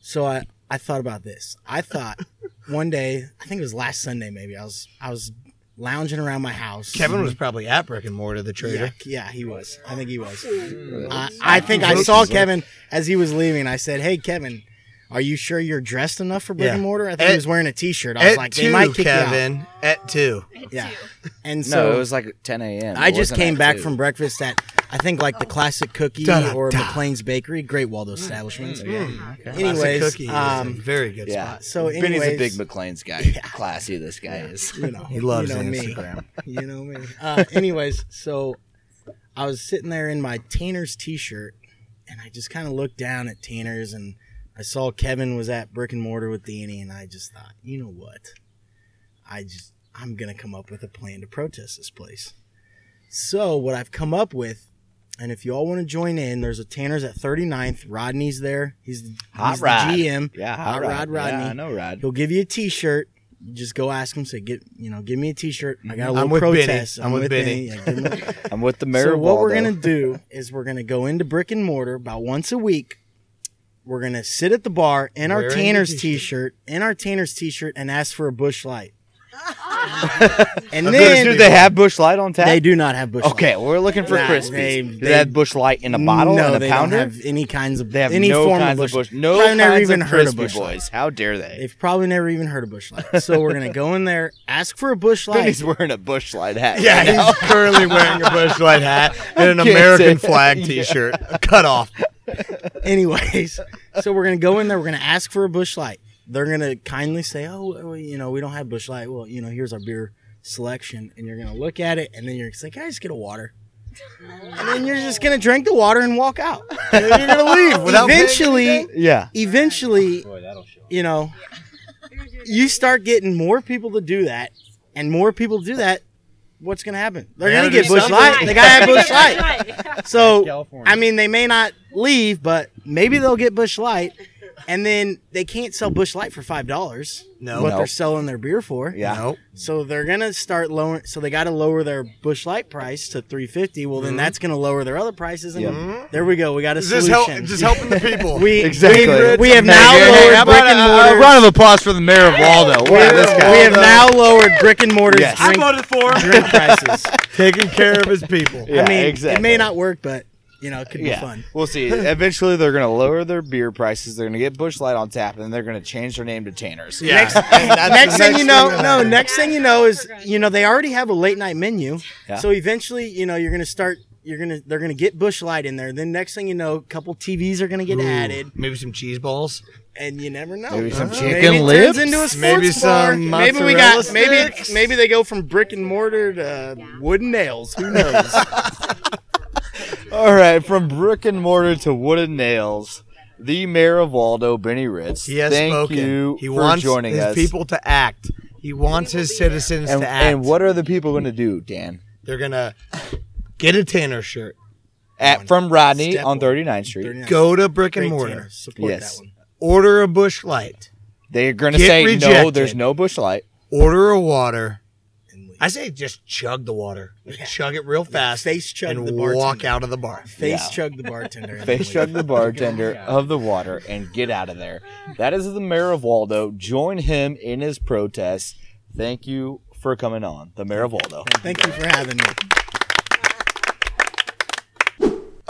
So I, I thought about this. I thought *laughs* one day, I think it was last Sunday maybe, I was I was lounging around my house.
Kevin was probably at brick and mortar, the trader.
Yeah, yeah, he was. I think he was.
Mm-hmm. Hmm.
I, I think I saw Kevin as he was leaving. I said, "Hey, Kevin, are you sure you're dressed enough for brick
Yeah.
and mortar?" I think
At-
he was wearing a T-shirt. I was like, "They might kick you
Kevin. At two.
out." Yeah, and
no,
so
it was like 10 a.m.
I
It
just
wasn't
came
at
back
two.
from breakfast at I think like the
Oh.
classic cookie
Da-da-da.
or McLean's Bakery, great Waldo
Mm.
establishments.
Classic
Anyways,
cookie
um,
is a very good
Yeah.
spot.
so
Benny's Ah, a
anyways-
big McLean's
*laughs*
guy. Classy, this guy is.
you know,
He loves
you know me.
Instagram.
You know me. Uh, anyways, so I was sitting there in my Tanner's t-shirt, and I just kind of looked down at Tanner's, and I saw Kevin was at brick and mortar with Danny, and I just thought, you know what? I just I'm gonna come up with a plan to protest this place. So what I've come up with, and if you all want to join in, there's a Tanner's at 39th. Rodney's there. He's, he's
Hot
the
Rod.
GM.
Yeah,
Hot Rod Rodney.
Yeah, I know Rod.
He'll give you a T-shirt. You just go ask him. Say, get you know, give me a T-shirt. I got a
I'm
little
with Benny.
protest.
I'm with Benny.
Yeah, give him a-
Mhm. *laughs* I'm with the mayor.
so
of
what we're
Waldo. *laughs*
gonna do is we're gonna go into brick and mortar about once a week. We're gonna sit at the bar in our
Wearing your
Tanner's
t-shirt.
T-shirt, in our Tanner's T-shirt, and ask for a bush light. and
Because
then
do they have Bush Light on tap?
They do not have bush. Light.
Okay, we're looking for
Nah,
Krispies.
they-
do
they-
they have Bush Light in a bottle
no,
and a
they
pounder?
don't have any kinds of.
they have
any
no
form
kinds
of bush.
Bush. No
Probably
kinds
never even
of
heard of
Krispie
bush light.
boys. How dare they?
They've probably never even heard of bush light. So we're gonna go in there, ask for
*laughs*
a bush light.
Benny's wearing a Bush Light hat.
Yeah,
right now.
*laughs*
he's currently wearing a bush light
*laughs*
hat and an
I can't
American
say-
flag T-shirt. Cut off.
*laughs* Anyways, so we're gonna go in there. We're gonna ask for a bush light. They're gonna kindly say, "Oh, well, you know, we don't have bush light. Well, you know, here's our beer selection." And you're gonna look at it, and then you're just like, "Can "I just get a water." And then you're just gonna drink the water and
*laughs*
walk out. And then you're gonna leave.
Without paying
eventually,
anything? Yeah.
Eventually, you know, you start getting more people to do that, and more people do that. What's gonna happen? They're
They
gonna
gotta
get
do
bush
something.
light. They gotta
*laughs*
have bush
Right.
light. So
California.
I mean, they may not leave, but maybe they'll get bush light, and then they can't sell bush light for five dollars.
No.
what
No.
they're selling their beer for.
Yeah. No.
So they're gonna start lowering. So they got to lower their bush light price to three fifty. Well, then
Mhm.
that's gonna lower their other prices, and
Yep. Mhm.
there we go. We got a
Is this
solution.
help- just helping the people.
*laughs* we
Exactly.
we- We, have
Hey,
now
hey,
lowered
how about
brick and
a- a
mortar.
round
of applause for the mayor of Waldo.
We,
Wow, this guy.
we have now lowered brick and mortar's
Yes. I
drink,
voted for him. *laughs*
drink prices.
Taking care of his people.
I mean, it may not work, but you know, it could be fun.
We'll see. Eventually, they're going to lower their beer prices. They're going to get Bush Light on tap, and then they're going to change their name to Tanner's.
Yeah.
*laughs*
Next, next thing you know, no. Next thing you know is you know they already have a late night menu.
Yeah.
So eventually, you know, you're gonna start. You're gonna they're gonna get Bush Light in there. Then next thing you know, a couple TVs are gonna get
Ooh,
added,
Maybe some cheese balls.
and you never know.
Maybe some
Uh-huh.
chicken
maybe it
lips?
Turns into a sports
Maybe
bar.
some
Maybe we got
mozzarella
maybe
sticks?
it's- maybe they go from brick and mortar to wooden nails. Who
*laughs*
knows?
All right, from brick and mortar to wooden nails, the mayor of Waldo, Benny Ritz.
He has
thank
spoken.
you
he
for
wants
joining
his
us.
people to act. He wants his citizens
and,
to act.
and what are the people going to do, Dan?
They're gonna get a Tanner shirt.
At from Rodney
Step
on 39th Street.
Go to brick and
Great
mortar.
Tanner. Support
Yes.
that one.
Order a bush light.
They're going to
Get
say no.
rejected.
There's no Bush Light.
Order a water. I say just chug the water. Just Chug it real fast.
Face chug
and
the
walk
bartender.
out of the bar.
Face
Yeah.
chug the
*laughs*
bartender. and
Face
leave.
chug the bartender of the water and get out of there. That is the mayor of Waldo. Join him in his protest. Thank you for coming on, the mayor of Waldo.
Thank you for having me.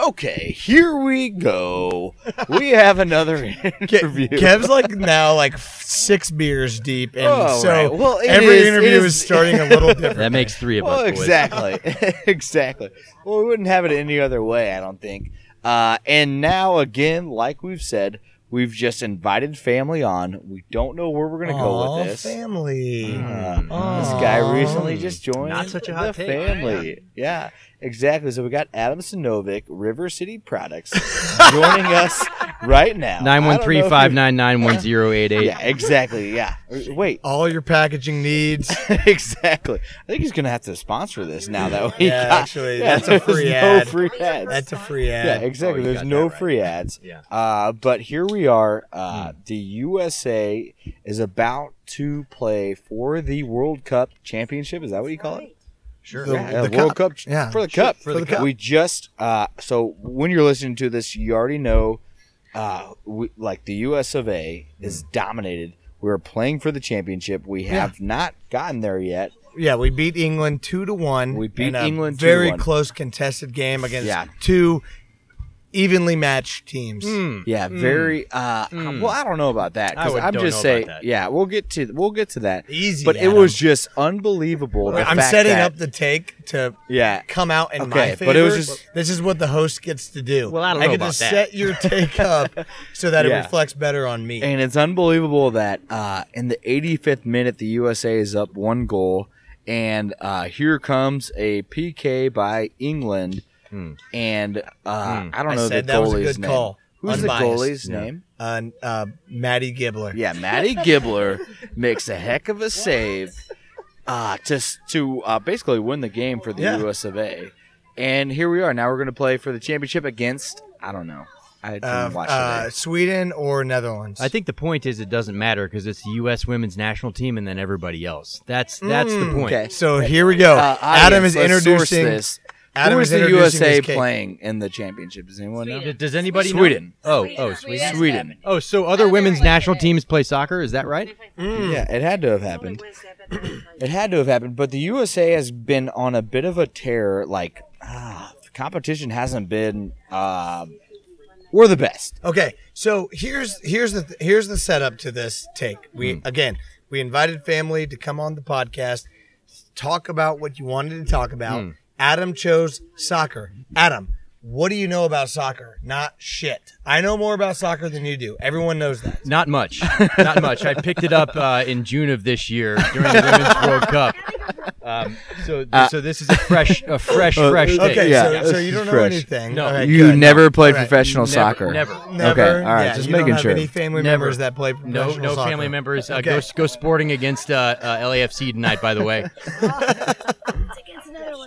Okay, here we go. We have another interview.
Kev's like now like f- six beers deep, and
Oh,
so
right. Well, it
every
is- it
interview is,
is-
starting a
*laughs*
little different.
That makes three of us.
Well,
boys.
exactly, *laughs* exactly. Well, we wouldn't have it any other way, I don't think. Uh, and now, again, like we've said, we've just invited family on. We don't know where we're going to go
Aw,
with this.
family.
Uh, This guy recently just joined
Not such a
the
hot take.
family. Yeah, exactly. So we got Adam Sinovic, River City Products, *laughs* joining us right now.
Nine
I
one three
don't know if
five
you-
nine nine one zero eight eight.
Yeah, exactly. Yeah. Wait.
All your packaging needs.
*laughs* exactly. I think he's gonna have to sponsor this now that we
Yeah,
got- *laughs*
actually,
Yeah,
that's a
there's
free
no
ad.
free ads.
That's a free ad. Oh,
Yeah, exactly. There's no free ads. Yeah. Uh, but here we are.
Hmm.
Uh, The USA is about to play for the World Cup championship. Is that what you call it?
Sure.
The,
The- the
World
cup.
Cup.
Yeah.
For the
Sure,
cup.
for the cup.
We just uh, so when you're listening to this, you already know. Uh, we, like the U.S. of A. is dominated. We're playing for the championship. We
Hmm. Yeah.
have not gotten there yet.
Yeah, we beat England two to one.
We beat
in a
England two to
Very
one.
close contested game against
Yeah.
two evenly matched teams.
Hmm.
Yeah, very. Uh, Well, I don't know about that
Hmm. I
because
would-
I'm
don't
just
know about
saying.
that.
Yeah, we'll get to we'll get to that.
Easy,
but it
Adam.
was just unbelievable. the
I'm
fact
setting
that-
up the take to
Yeah.
come out in my
Okay,
favor.
but it was just-
this is what the host gets to do. Well,
I don't know
get
about
to
that.
set your take
*laughs*
up so that
Yeah.
it reflects better on me.
And it's unbelievable that uh, in the 85th minute, the USA is up one goal. And uh, here comes a PK by England. And uh,
Hmm.
I don't know
I said
the
that was a
goalie's
good
name.
call.
Who's
Unbiased.
the goalie's name?
Uh, uh, Maddie Gibbler.
Yeah,
*laughs*
Matty Gibbler makes a heck of a save uh, to s- to uh, basically win the game for the
Yeah.
US of A. And here we are. Now we're going to play for the championship against I don't know. I didn't
Uh,
watch
uh,
today.
Sweden or Netherlands?
I think the point is it doesn't matter because it's the U.S. women's national team and then everybody else. That's that's the
Mm,
point.
Hmm. okay.
So here we go.
Uh,
Adam
audience,
is
let's source
introducing
this.
Adam
Who
is
is the
introducing
USA
this cake.
playing in the championship? Does anyone know?
D- Does anybody know-
Sweden.
Oh, oh, Sweden.
Sweden.
Oh, so other women's national teams play soccer? Is that right? Mm.
Yeah, it had to have happened. it had to have happened, but the USA has been on a bit of a tear. Like, ah, the competition hasn't been. Uh, we're the best.
Okay, so here's here's the here's the setup to this take. We
Hmm.
again we invited family to come on the podcast,
Hmm.
talk about what you wanted to talk about. Adam chose soccer. Adam, what do you know about soccer? Not shit. I know more about soccer than you do. Everyone knows that.
Not much. Not much. I picked it up uh, in June of this year during the Women's World Cup. Um, so,
Uh,
so this is a fresh, a fresh,
Uh,
fresh.
okay,
take.
so- Yeah. so you
don't know anything.
No,
All right,
you
good.
never
No.
played
All right.
professional
Never-
soccer.
never.
Never?
Okay. All right.
Yeah,
just
you don't
making
have
sure.
any family
Never.
members that play
No,
professional
no
soccer.
family members. Uh,
Okay.
Go, go sporting against uh, uh, LAFC tonight, by the way.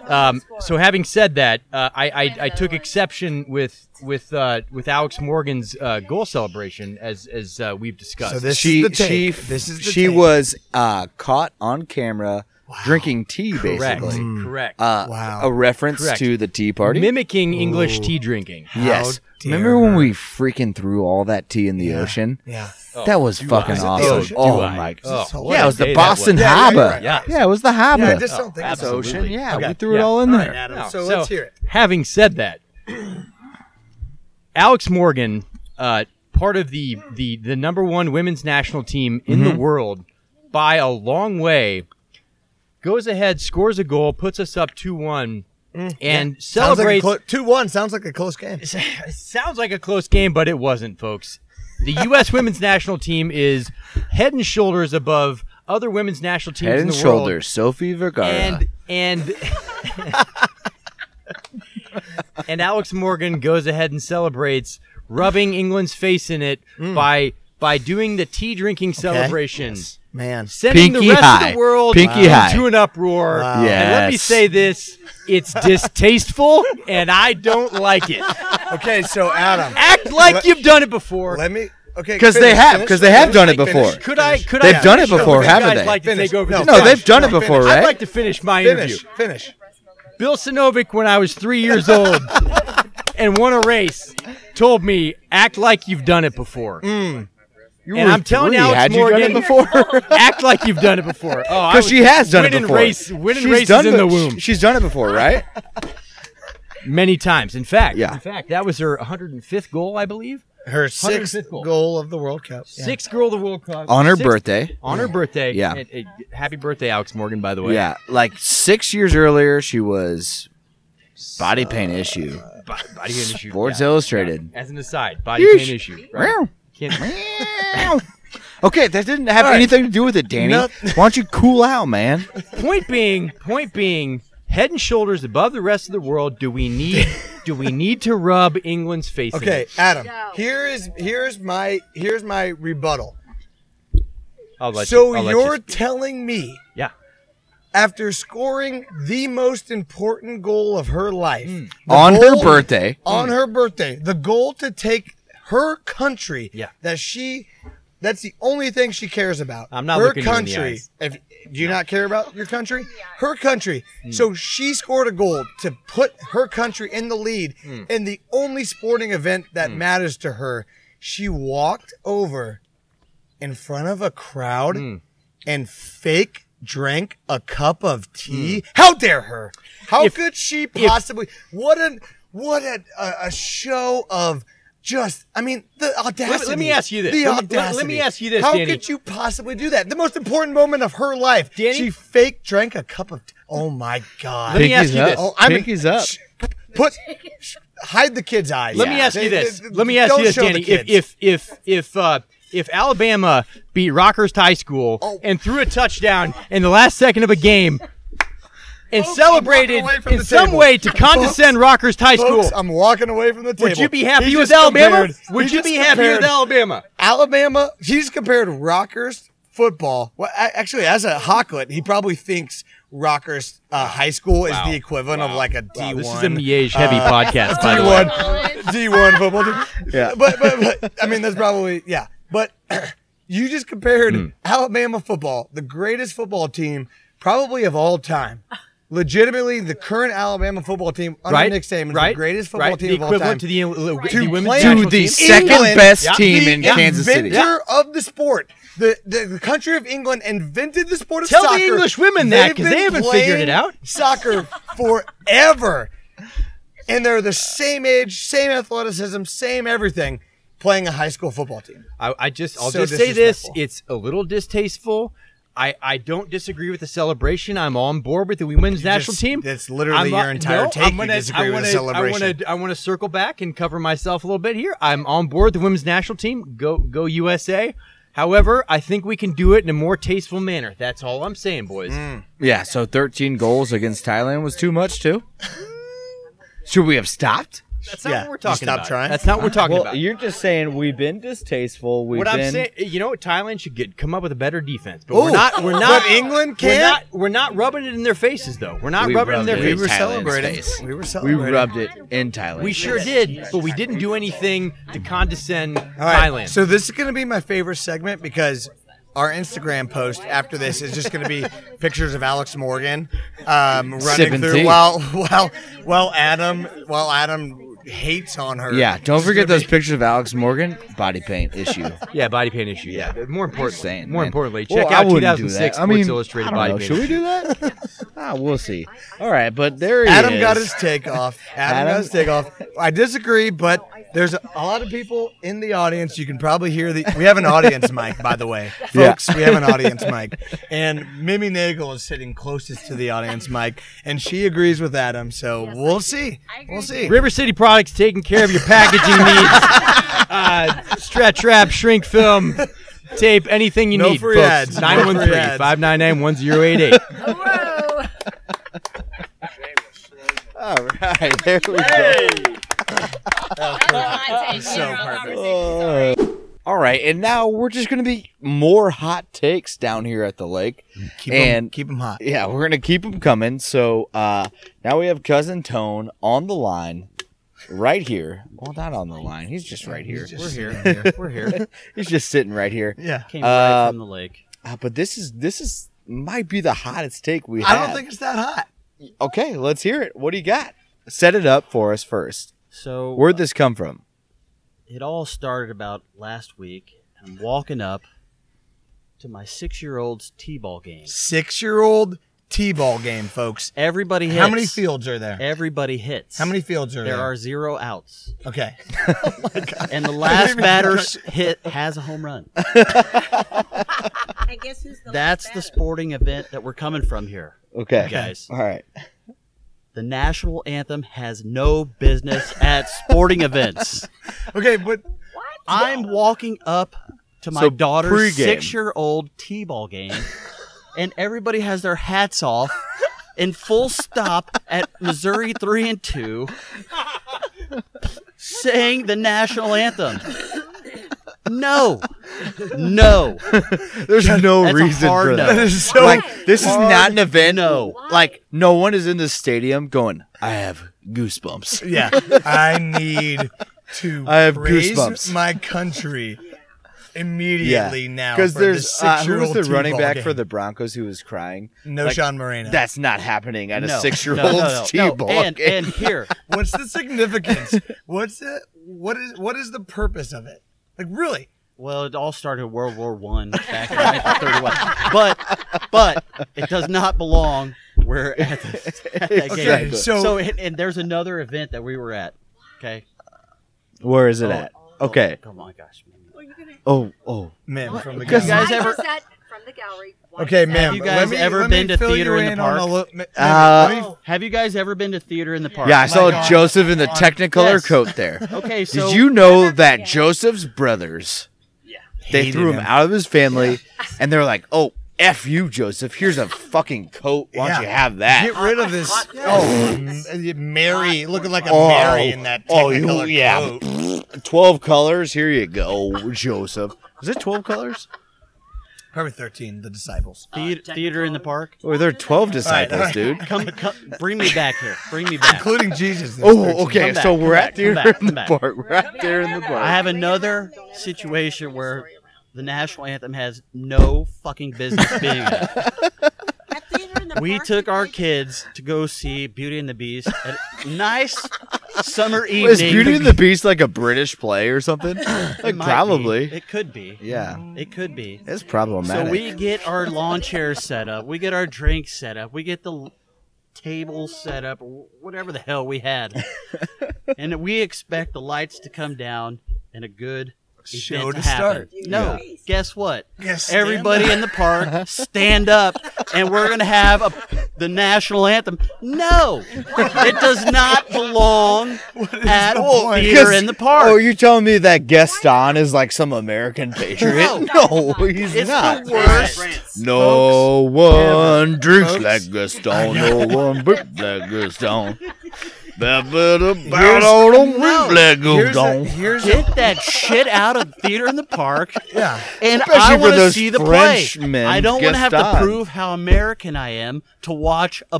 um, so having said that, uh, I, I, I took exception with with uh, with Alex Morgan's uh, goal celebration, as as uh, we've discussed.
she, She, she was uh, caught on camera drinking tea,
Correct.
basically.
Mm. Correct.
Uh,
Wow.
A reference
Correct.
to the tea party.
Mimicking English Ooh. tea drinking. How
yes.
dare
Remember when we freaking threw all that tea in the ocean?
Yeah.
Oh,
that was
do
fucking
I? Is it the
awesome.
ocean?
Oh,
Do I?
my
Is this
God.
what
Yeah,
a
it was
day
the
that
Boston
was. Yeah,
yeah, you're
Harbor.
right. Yeah.
it was the Harbor.
Yeah, I just don't think it's
It's ocean.
Oh, absolutely.
Yeah, we
Okay.
threw it
Yeah.
all in
All
there.
right, Adam, so let's hear it.
Having said that, Alex Morgan, uh, part of the, the the number one women's national team in
Mm-hmm.
the world by a long way, goes ahead, scores a goal, puts us up two one,
Mm,
and celebrates.
two one. Sounds like a close game.
*laughs*
sounds like a close game, but it wasn't, folks.
*laughs*
The U.S. women's national team is head and shoulders above other women's national teams
Head
in
and
the world.
shoulders, *laughs* Sophie Vergara.
And
*laughs*
and and Alex Morgan goes ahead and celebrates, rubbing England's face in it by by doing the tea drinking celebration.
Man,
Sending
Pinky
the rest
high.
of the world
Pinky
into
high.
an uproar.
Wow.
And let me
Yes.
say this: it's distasteful, and I don't like it.
Okay, so Adam,
act like you've done it before.
Let me. Okay,
Because they
finish,
have,
finish,
because they have
finish,
done it
finish.
before.
Could I? Could
they've
I?
done it
finish?
before,
Would you
haven't
guys
they?
Like to take over
No,
this
they've
discussion?
done it before,
I'd
right?
like to finish my interview.
Finish. Finish.
Bill Sinovic, when I was three years old and won a race, told me, "Act like you've done it before."
Mm. You
and
were
I'm telling
three.
Alex
Had you done
Morgan,
it before?
*laughs* act like you've done it before. Oh, I
Because
was
she has done it
winning
before.
Race, winning
She's
races
done
in
it-
the womb
She's done it before, right?
*laughs* many times. In fact,
Yeah.
in fact, that was her 105th goal, I believe.
Her
105th
sixth
goal.
goal of the World Cup. Yeah.
Sixth girl of the World Cup
On her
Sixth-
birthday.
On her birthday,
Yeah.
And- and happy birthday, Alex Morgan. By the way,
Yeah, like six years earlier, she was body pain issue.
Bo- body pain issue.
Sports
yeah.
Illustrated.
As an aside, body
Yeesh.
pain issue. Right?
Meow.
Can't-
Okay, that didn't have
All right.
anything to do with it, Danny.
Noth-
Why don't you cool out, man?
point being, point being, head and shoulders above the rest of the world. Do
*laughs*
we need? do we need to rub England's face? in
Okay,
it?
Adam. Here is here's my here's my rebuttal.
I'll let
so
you- I'll let
you're
you-
telling me
yeah.
after scoring the most important goal of her life
Hmm.
the
On her birthday.
on her birthday the goal to take her country
Yeah.
that she that's the only thing she cares about
I'm not
her
looking you in the
country
eyes.
if do you not care about your country her country so she scored a goal to put her country in the lead in the only sporting event that matters to her she walked over in front of a crowd and fake drank a cup of tea. How dare her? How
If-
could she possibly? what an what an, a, a show of just. I mean, the audacity.
let me ask you this.
The
Let me- let-
audacity.
let me ask you this,
How
Danny.
could you possibly do that? The most important moment of her life.
Danny?
She fake drank a cup of. Tea. Oh my god.
Let me ask you
up.
this.
Oh, I'm in-
Pinky's up.
Shh. Put hide the kids' eyes.
Let me ask
They-
you this.
they-
Let me ask
don't
you this,
show the
Danny.
kids.
If if if if uh, if Alabama beat Rockhurst High School
Oh.
and threw a touchdown in the last second of a game. And celebrated
away from
in
the
some
table.
way to condescend Rockhurst High
Folks,
School.
I'm walking away from the table.
Would you be happy
He
with
just
Alabama?
compared-
Would
he
you
just
be happy
compared
with Alabama?
Alabama, he's compared Rockers football. Well, a- actually, as a Hocklet, he probably thinks Rockers uh, high school is the equivalent of like a D one. uh,
This is a Miege heavy podcast, by the way.
D1, D1 football team.
Yeah.
*laughs* But, but, but, I mean, that's probably, yeah. But *clears throat* you just compared
Hmm.
Alabama football, the greatest football team probably of all time. Legitimately, the current Alabama football team under
Right,
Nick Saban is
right,
the greatest football
right,
team
the
of all
equivalent
time.
to the, uh,
To
the women's
play-
national
To the
team.
second
England-
best
Yeah.
team
the
in Kansas City.
Inventor of the sport. The, the the country of England invented the sport of
Tell the
soccer.
English women that, 'cause they
been
haven't figured
playing
it out.
Soccer forever. And they're the same age, same athleticism, same everything, playing a high school football team.
I, I just I'll
So
just say this:
disrespectful.
it's a little distasteful. I, I don't disagree with the celebration. I'm on board with the women's national
just-
team.
that's literally
I'm, uh,
your entire
no,
take.
I'm
You
gonna,
disagree
I
with the
wanna, I want
celebration.
to I want to circle back and cover myself a little bit here. I'm on board the women's national team. Go go USA. However, I think we can do it in a more tasteful manner. That's all I'm saying, boys.
Hmm.
Yeah, so 13 goals against Thailand was too much too. Should we have stopped?
That's not
Yeah,
what we're
you
talking
stopped
about.
trying?
That's not what we're talking
Well,
about.
You're just saying we've been distasteful. We've
what
been
I'm saying, you know what? Thailand should get come up with a better defense. But
Ooh,
we're not. We're
but
not.
England
We're
can't?
not, we're not rubbing it in their faces, though. We're not
We
rubbing it in their
rubbed it
faces.
in We were Thailand's celebrating. face. We were celebrating. rubbed it in Thailand.
We sure did, but we didn't do anything to condescend
All right,
Thailand.
So this is going to be my favorite segment because our Instagram post after this is just going to be pictures of Alex Morgan um, running
Sipping
through
tea.
while while while Adam while Adam hates on her.
Yeah, don't
It's
forget
gonna
those pictures of Alex Morgan body paint
*laughs*
issue.
yeah, body paint issue. Yeah, more importantly,
Saying,
more
man.
importantly,
Well,
check
I
out
wouldn't do
2006
that. I mean,
Sports
I
Illustrated
don't
body
know.
paint.
Should we do that? ah, we'll see. All right, but there
be-
he
Adam
is.
got his take
*laughs*
off. Adam, got his take off. I disagree, but there's a, a lot of people in the audience. You can probably hear the. We have an audience mic, by the way,
Yeah.
folks. We have an audience mic, and Mimi Nagel is sitting closest to the audience mic, and she agrees with Adam. So we'll see. We'll see.
River City Products taking care of your
*laughs*
packaging
*laughs*
needs. Uh, stretch wrap, shrink film, tape, anything you
No
need.
free
folks.
ads. No free
913
ads.
599 1088.
*laughs* All right, there we
Hey!
go.
That was my take.
Oh. All right, and now we're just going to be more hot takes down here at the lake.
Keep 'em-
and
keep 'em hot.
Yeah, we're going to keep them coming. So uh, now we have cousin Tone on the line, right here. Well, not on the line. He's just right here.
We're here. We're here.
*laughs* he's just sitting right here.
Yeah.
Came right
Uh,
from the lake.
uh, but this is this is might be the hottest take we
I
have.
don't think it's that hot.
Okay, let's hear it. What do you got? Set it up for us first.
So
Where'd this come from?
it all started about last week. I'm walking up to my six-year-old's t-ball game.
Six-year-old t-ball game, folks.
Everybody hits.
How many fields are there?
Everybody hits.
How many fields are there?
There are zero outs.
Okay.
*laughs* and *laughs* the
I
last
didn't even
batter
know.
s- hit has a home run.
*laughs* I guess who's the
That's the sporting event that we're coming from here.
Okay.
Guys.
All right.
The national anthem has no business at sporting *laughs* events.
Okay, but
I'm walking up to my
So,
daughter's
pregame.
six-year-old t-ball game, and everybody has their hats off in full stop at Missouri three and two, saying the national anthem. No, no.
*laughs* There's no
That's a
reason
hard
for that.
no. That is so
like this is
hard
not an event.
no.
Like no one is in the stadium going, I have goosebumps.
*laughs*
Yeah, I need to
*laughs* I have
praise
goosebumps.
my country
Yeah,
immediately now
because
for
there's
this
uh, who was
six-year-old
the running
t-ball
back
game.
for the Broncos who was crying?
No, Sean Moreno.
That's not happening at a
No,
six-year-old's
no, no, no, no.
T-ball
And,
game.
and
*laughs*
here,
What's the significance? What's the what is what is the purpose of it? Like really?
Well, it all started with World War One back in 1931. *laughs* but but it does not belong where at the, at that game.
*laughs* Exactly.
So,
So-
and, and there's another event that we were at. Okay.
Where is it
Oh,
at?
oh,
Okay.
Oh my gosh. man.
Oh, oh.
Ma'am from the
You guys
gallery.
ever
ever-
from the gallery? Why
Okay,
does that-
ma'am.
you
let
guys
me,
ever
let me
been to
fill you
theater in the
on a
park?
lo- ma- ma'am,
Uh,
let me-
Have you guys ever been to theater in the park?
Yeah, I saw
God.
Joseph in the
On-
Technicolor
Oh Yes.
coat there.
*laughs* Okay, so
Did you know that Joseph's brothers? They
Hated
threw him,
him.
out of his family, and they're like, "Oh, f you, Joseph. Here's a fucking coat. Why
Yeah.
don't you have that?"
Get rid of this. Oh, m- Mary, looking like a
Oh,
Mary in that
oh,
technicolor
you- yeah.
coat.
*laughs* 12 colors. Here you go, Joseph. Is it 12 colors?
Probably thirteen. The disciples.
theater, theater in the park?
Or there are 12 disciples,
All right, all
dude.
Come, come, bring me back here. Bring me back.
including Jesus. there's
Oh,
13.
okay.
Come back,
So
come
we're
back,
at there
come back,
in
come
the
back.
park. We're at there in the
I
park.
have another situation where the national anthem has no fucking business
*laughs*
being there.
That theater in the
We
park
took
is
our
like-
kids to go see Beauty and the Beast at
*laughs*
a nice summer evening.
Is Beauty and the Beast like a British play or
*clears throat*
something?
It
Like,
might
probably.
be. It could be.
Yeah.
It could be.
It's
So
problematic.
we get our lawn chairs set up. We get our drinks set up. We get the l- table set up, or wh- whatever
*laughs*
the hell we had. and we expect the lights to come down and a good
Show
event
to
happen.
start.
No,
Yeah.
guess what?
Yes, stand
Everybody
up.
in the park, stand up, and we're gonna have a, the national anthem. No, it does not belong at
the
all.
point?
theater in the park.
Oh, you're telling me that Gaston is like some American patriot? No,
Oh,
he's
It's
not.
the worst.
No one drinks
Folks.
like Gaston. No one burps like Gaston. That better
Here's-
bout on them
no.
like
Here's a-
Gaston.
here's
Get that shit out of theater in the park.
*laughs* Yeah.
And
Especially
I
for
want to
those
see the play.
Frenchmen,
I don't want to have to
Gaston.
prove how American I am to watch a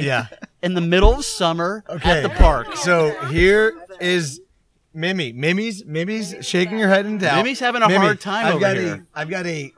*laughs* Yeah.
in the middle of summer
Okay.
at the park.
So here is Mimi. Mimi's Mimi's shaking her head in doubt.
Mimi's having a hard time
I've
over
got
here.
A, I've got a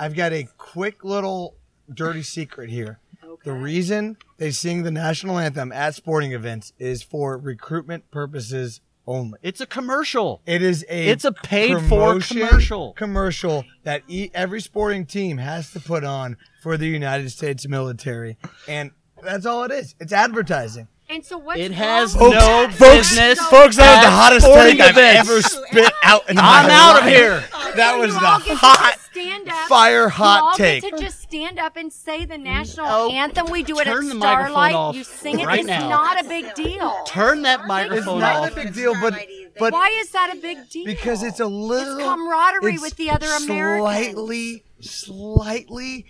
I've got a quick little dirty secret here. The reason they sing the national anthem at sporting events is for recruitment purposes only.
It's a commercial.
It is a
It's a paid-for
promotion
commercial.
commercial that e- every sporting team has to put on for the United States military, and that's all it is. It's advertising.
And so what's
It has
wrong with
no
that?
folks,
business.
Folks, that was
at
the hottest
sporting
take I've
events.
ever spit out in my
I'm out of
life.
here.
That was the
get to
hot,
just stand up.
fire hot
you all
take.
Get to just stand up and say the national
Oh,
anthem. We do it
turn
at
the microphone
Starlight.
off
you sing it.
right
it's
now.
not a big deal.
Turn that
It's
microphone
not a
off.
big deal, but but
Why is that a big deal?
because it's a little
camaraderie
it's
with the other Americans.
Slightly, slightly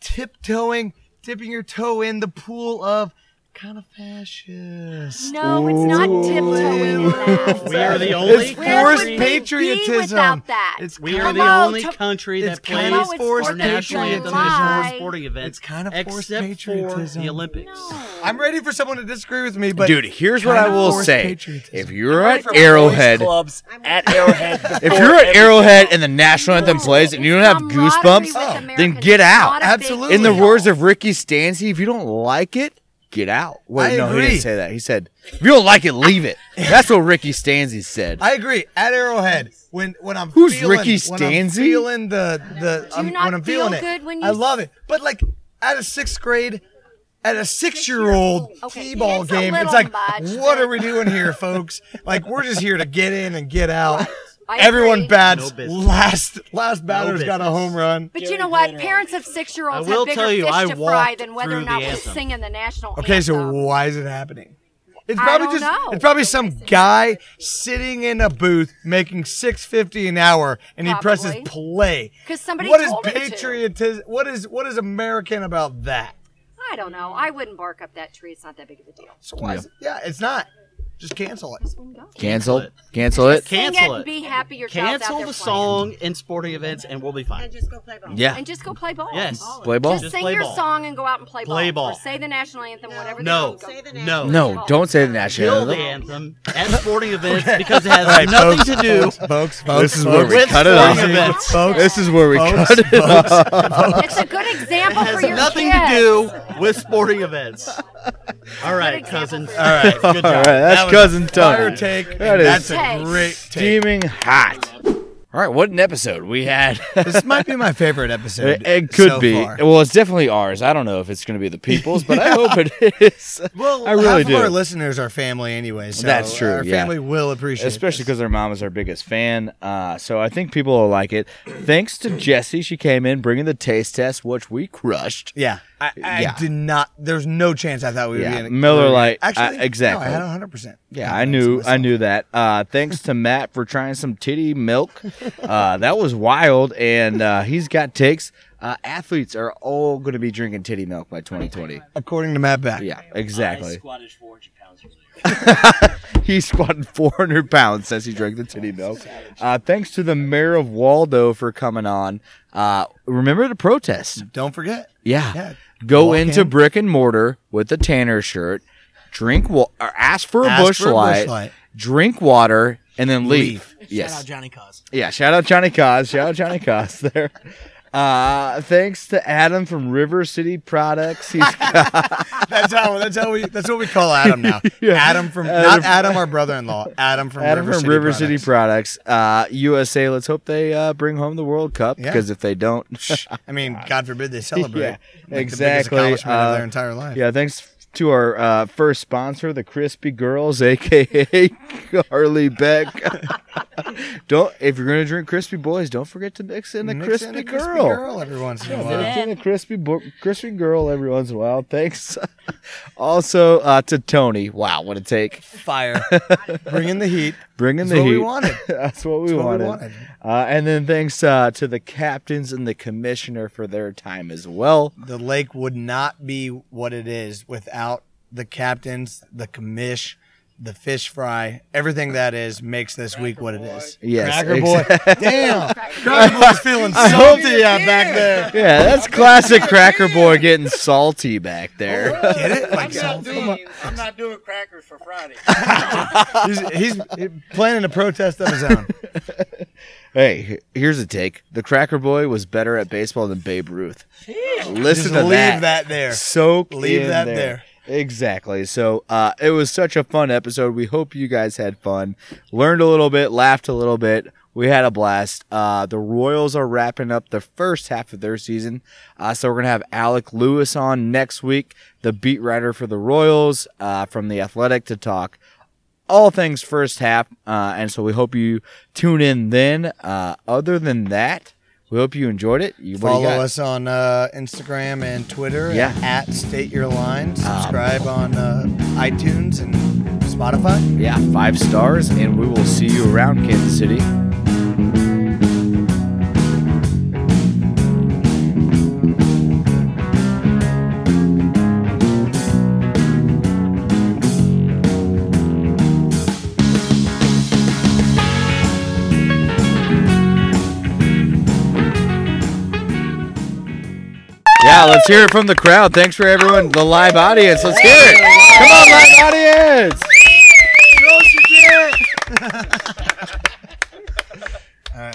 tiptoeing, dipping your toe in the pool of kind of fascist.
No, it's not tiptoeing in that.
We are the only
It's
Where
forced
would we be
patriotism.
without that?
It's
We
kind
are the
of-
only
it's
country that
kind
plays
of
our
forced
national anthem
patriotism.
at four sporting events,
It's kind of forced
except for
patriotism.
the Olympics.
I'm ready for someone to disagree with me, but
Dude, here's what I
kind of
will
forced
say.
patriotism.
If you're at
From boys'
Arrowhead,
clubs at Arrowhead.
*laughs* if
before
you're at
every-
Arrowhead and the national anthem plays and you don't have goosebumps, then get out.
Absolutely.
In the words of Ricky Stanzi, if you don't like it, get out. Wait,
I
no, he
agree.
didn't say that. He said, if you don't like it, leave it. That's what Ricky Stanzi said.
I agree. At Arrowhead, when when I'm
Who's
feeling,
Ricky
when I'm
Stanzi?
feeling the the
Do you
I'm,
not
when I'm
feel
feeling
good
it,
when
I
you-
love it. But like at a sixth grade, at a six year old
Okay,
t-ball
it's a
game, it's
little
like,
much,
what are we doing here, folks? Like we're just here to get in and get out.
*laughs* I
Everyone
agree.
bats.
No business.
last last batter's got a
business.
home run.
But you know what? Parents of six-year-olds
I will
have bigger
tell you,
fish
I
to fry
walked
than whether
through
or not
the
we're
anthem.
singing the national
Okay,
anthem.
so why is it happening? It's
Oh, I
probably
don't
just
know.
it's probably some guy sitting in a booth making six fifty an hour and he presses
Probably.
play.
'Cause somebody
What is
told him to.
patriotism what is what is American about that?
I don't know. I wouldn't bark up that tree. It's not that big of a deal.
So why is it- yeah, it's not. Just cancel it.
Cancel. Cancel it.
Cancel
Sing it and
it.
be happy your child's out
Cancel
there
the
playing.
song in sporting events, and we'll be fine.
Yeah.
And just go play ball.
Yes.
Play ball.
Just,
Just
sing
play
your
ball.
song and go out and play,
Play
ball. Or
ball.
say the national anthem, whatever
No,
the hell you go-
no.
No, don't say the national
Kill the
anthem.
anthem
*laughs*
at sporting events because it has
All right,
nothing
folks,
to do.
folks, folks, folks,
This is where we
With
cut it
sporting
off.
events.
This is where we
Folks,
cut it off.
It's a good example for
has
your
nothing
kids.
to do with sporting events. All right, cousins. All right, good
All
job.
right, that's
That was-
cousin
Fire
Tony.
take.
That
and
is
that's a great take.
steaming hot. All right, what an episode we had. *laughs*
this might be my favorite episode.
It, it could
so
be.
far.
Well, it's definitely ours. I don't know if it's going to be the people's, but I hope it is.
*laughs*
*laughs*
Well,
I really
half
do.
of our listeners are family anyway, so
That's true,
Our
yeah.
family will appreciate
Especially
this.
because their mom is our biggest fan. Uh, so I think people will like it. Thanks to Jessie. She came in bringing the taste test, which we crushed.
Yeah. I, I
Yeah.
did not. There's no chance I thought we would
Yeah,
be in
Miller Lite,
Actually,
I- exactly.
No, I had 100%.
Yeah, I knew I knew that. Uh, thanks to Matt for trying some
*laughs*
titty milk. Uh, that was wild, and uh, he's got takes. Uh, athletes are all going to be drinking titty milk by 2020.
According to Matt Back.
Yeah,
I
exactly.
squatted 400 pounds earlier.
he *laughs* squatted 400 pounds as he drank the titty milk. Uh, thanks to the mayor of Waldo for coming on. Uh, remember to protest.
Don't forget.
Yeah.
Yeah.
Go
Walk
into
in.
brick and mortar with a Tanner shirt, drink wa- or ask for a
Ask
bush
for a
light,
bushlight.
drink water, and then leave. Yes.
Shout out Johnny Cos.
Yeah, shout out Johnny Cos. Shout out Johnny Cos *laughs* there. Uh, thanks to Adam from River City
*laughs*
Products. He's
That's how. That's how we. That's what we call Adam
*laughs*
now. Adam from not Adam, our brother-in-law. Adam from
Adam
River
from
City
River
Products.
City Products. Uh, USA, let's hope they uh, bring home the World Cup
Yeah.
because if
*laughs*
they don't, *laughs*
I mean, God forbid they celebrate.
Yeah,
Like, the biggest
exactly.
accomplishment
Uh,
of their entire life.
yeah, thanks to our uh, first sponsor, the Crispy Girls, *laughs* aka Carly Beck. *laughs* don't if you're gonna drink Crispy Boys, don't forget to mix in a
Mix
Crispy
in a Crispy
Girl.
Girl every once in a
Yeah,
while.
Mix in a Crispy bo- Crispy Girl every once in a while. Thanks. *laughs* also uh, to Tony. Wow, what a take! *laughs*
Fire. Bring in the heat.
Bring in
That's
the
what we
heat.
wanted.
*laughs* That's what we
That's what we
wanted.
wanted.
Uh, and then thanks uh, to the captains and the commissioner for their time as well.
The lake would not be what it is without the captains, the commish, the fish fry, everything that is makes this week what it is.
Yes,
Cracker boy.
*laughs* exactly.
*laughs*
Damn. Cracker boy's feeling
*laughs* I hope-
salty out back *laughs* there.
Yeah, that's classic Cracker Boy getting salty back there.
Get
*laughs*
it? Like,
I'm, not
so-
doing, I'm not doing crackers for Friday.
*laughs* he's, he's planning a protest of his
*laughs*
own.
hey, here's a take: the Cracker Boy was better at baseball than Babe Ruth. Listen
Just
to
leave
that.
that there.
Soak.
Leave
in
that
there.
there.
Exactly. So uh, it was such a fun episode. We hope you guys had fun, learned a little bit, laughed a little bit. We had a blast. Uh, the Royals are wrapping up the first half of their season. Uh, so we're going to have Alec Lewis on next week, the beat writer for the Royals uh, from The Athletic, to talk all things first half. Uh, and so we hope you tune in then. Uh, other than that, we hope you enjoyed it. You, what do you
Follow
got?
us on uh, Instagram and Twitter
Yeah. Um,
at State Your Line. Subscribe on uh, iTunes and Spotify.
Yeah, five stars, and we will see you around Kansas City. Yeah, let's hear it from the crowd. Thanks for everyone, the live audience. Let's hear it. Come on, live audience.
*laughs*
Close your ear.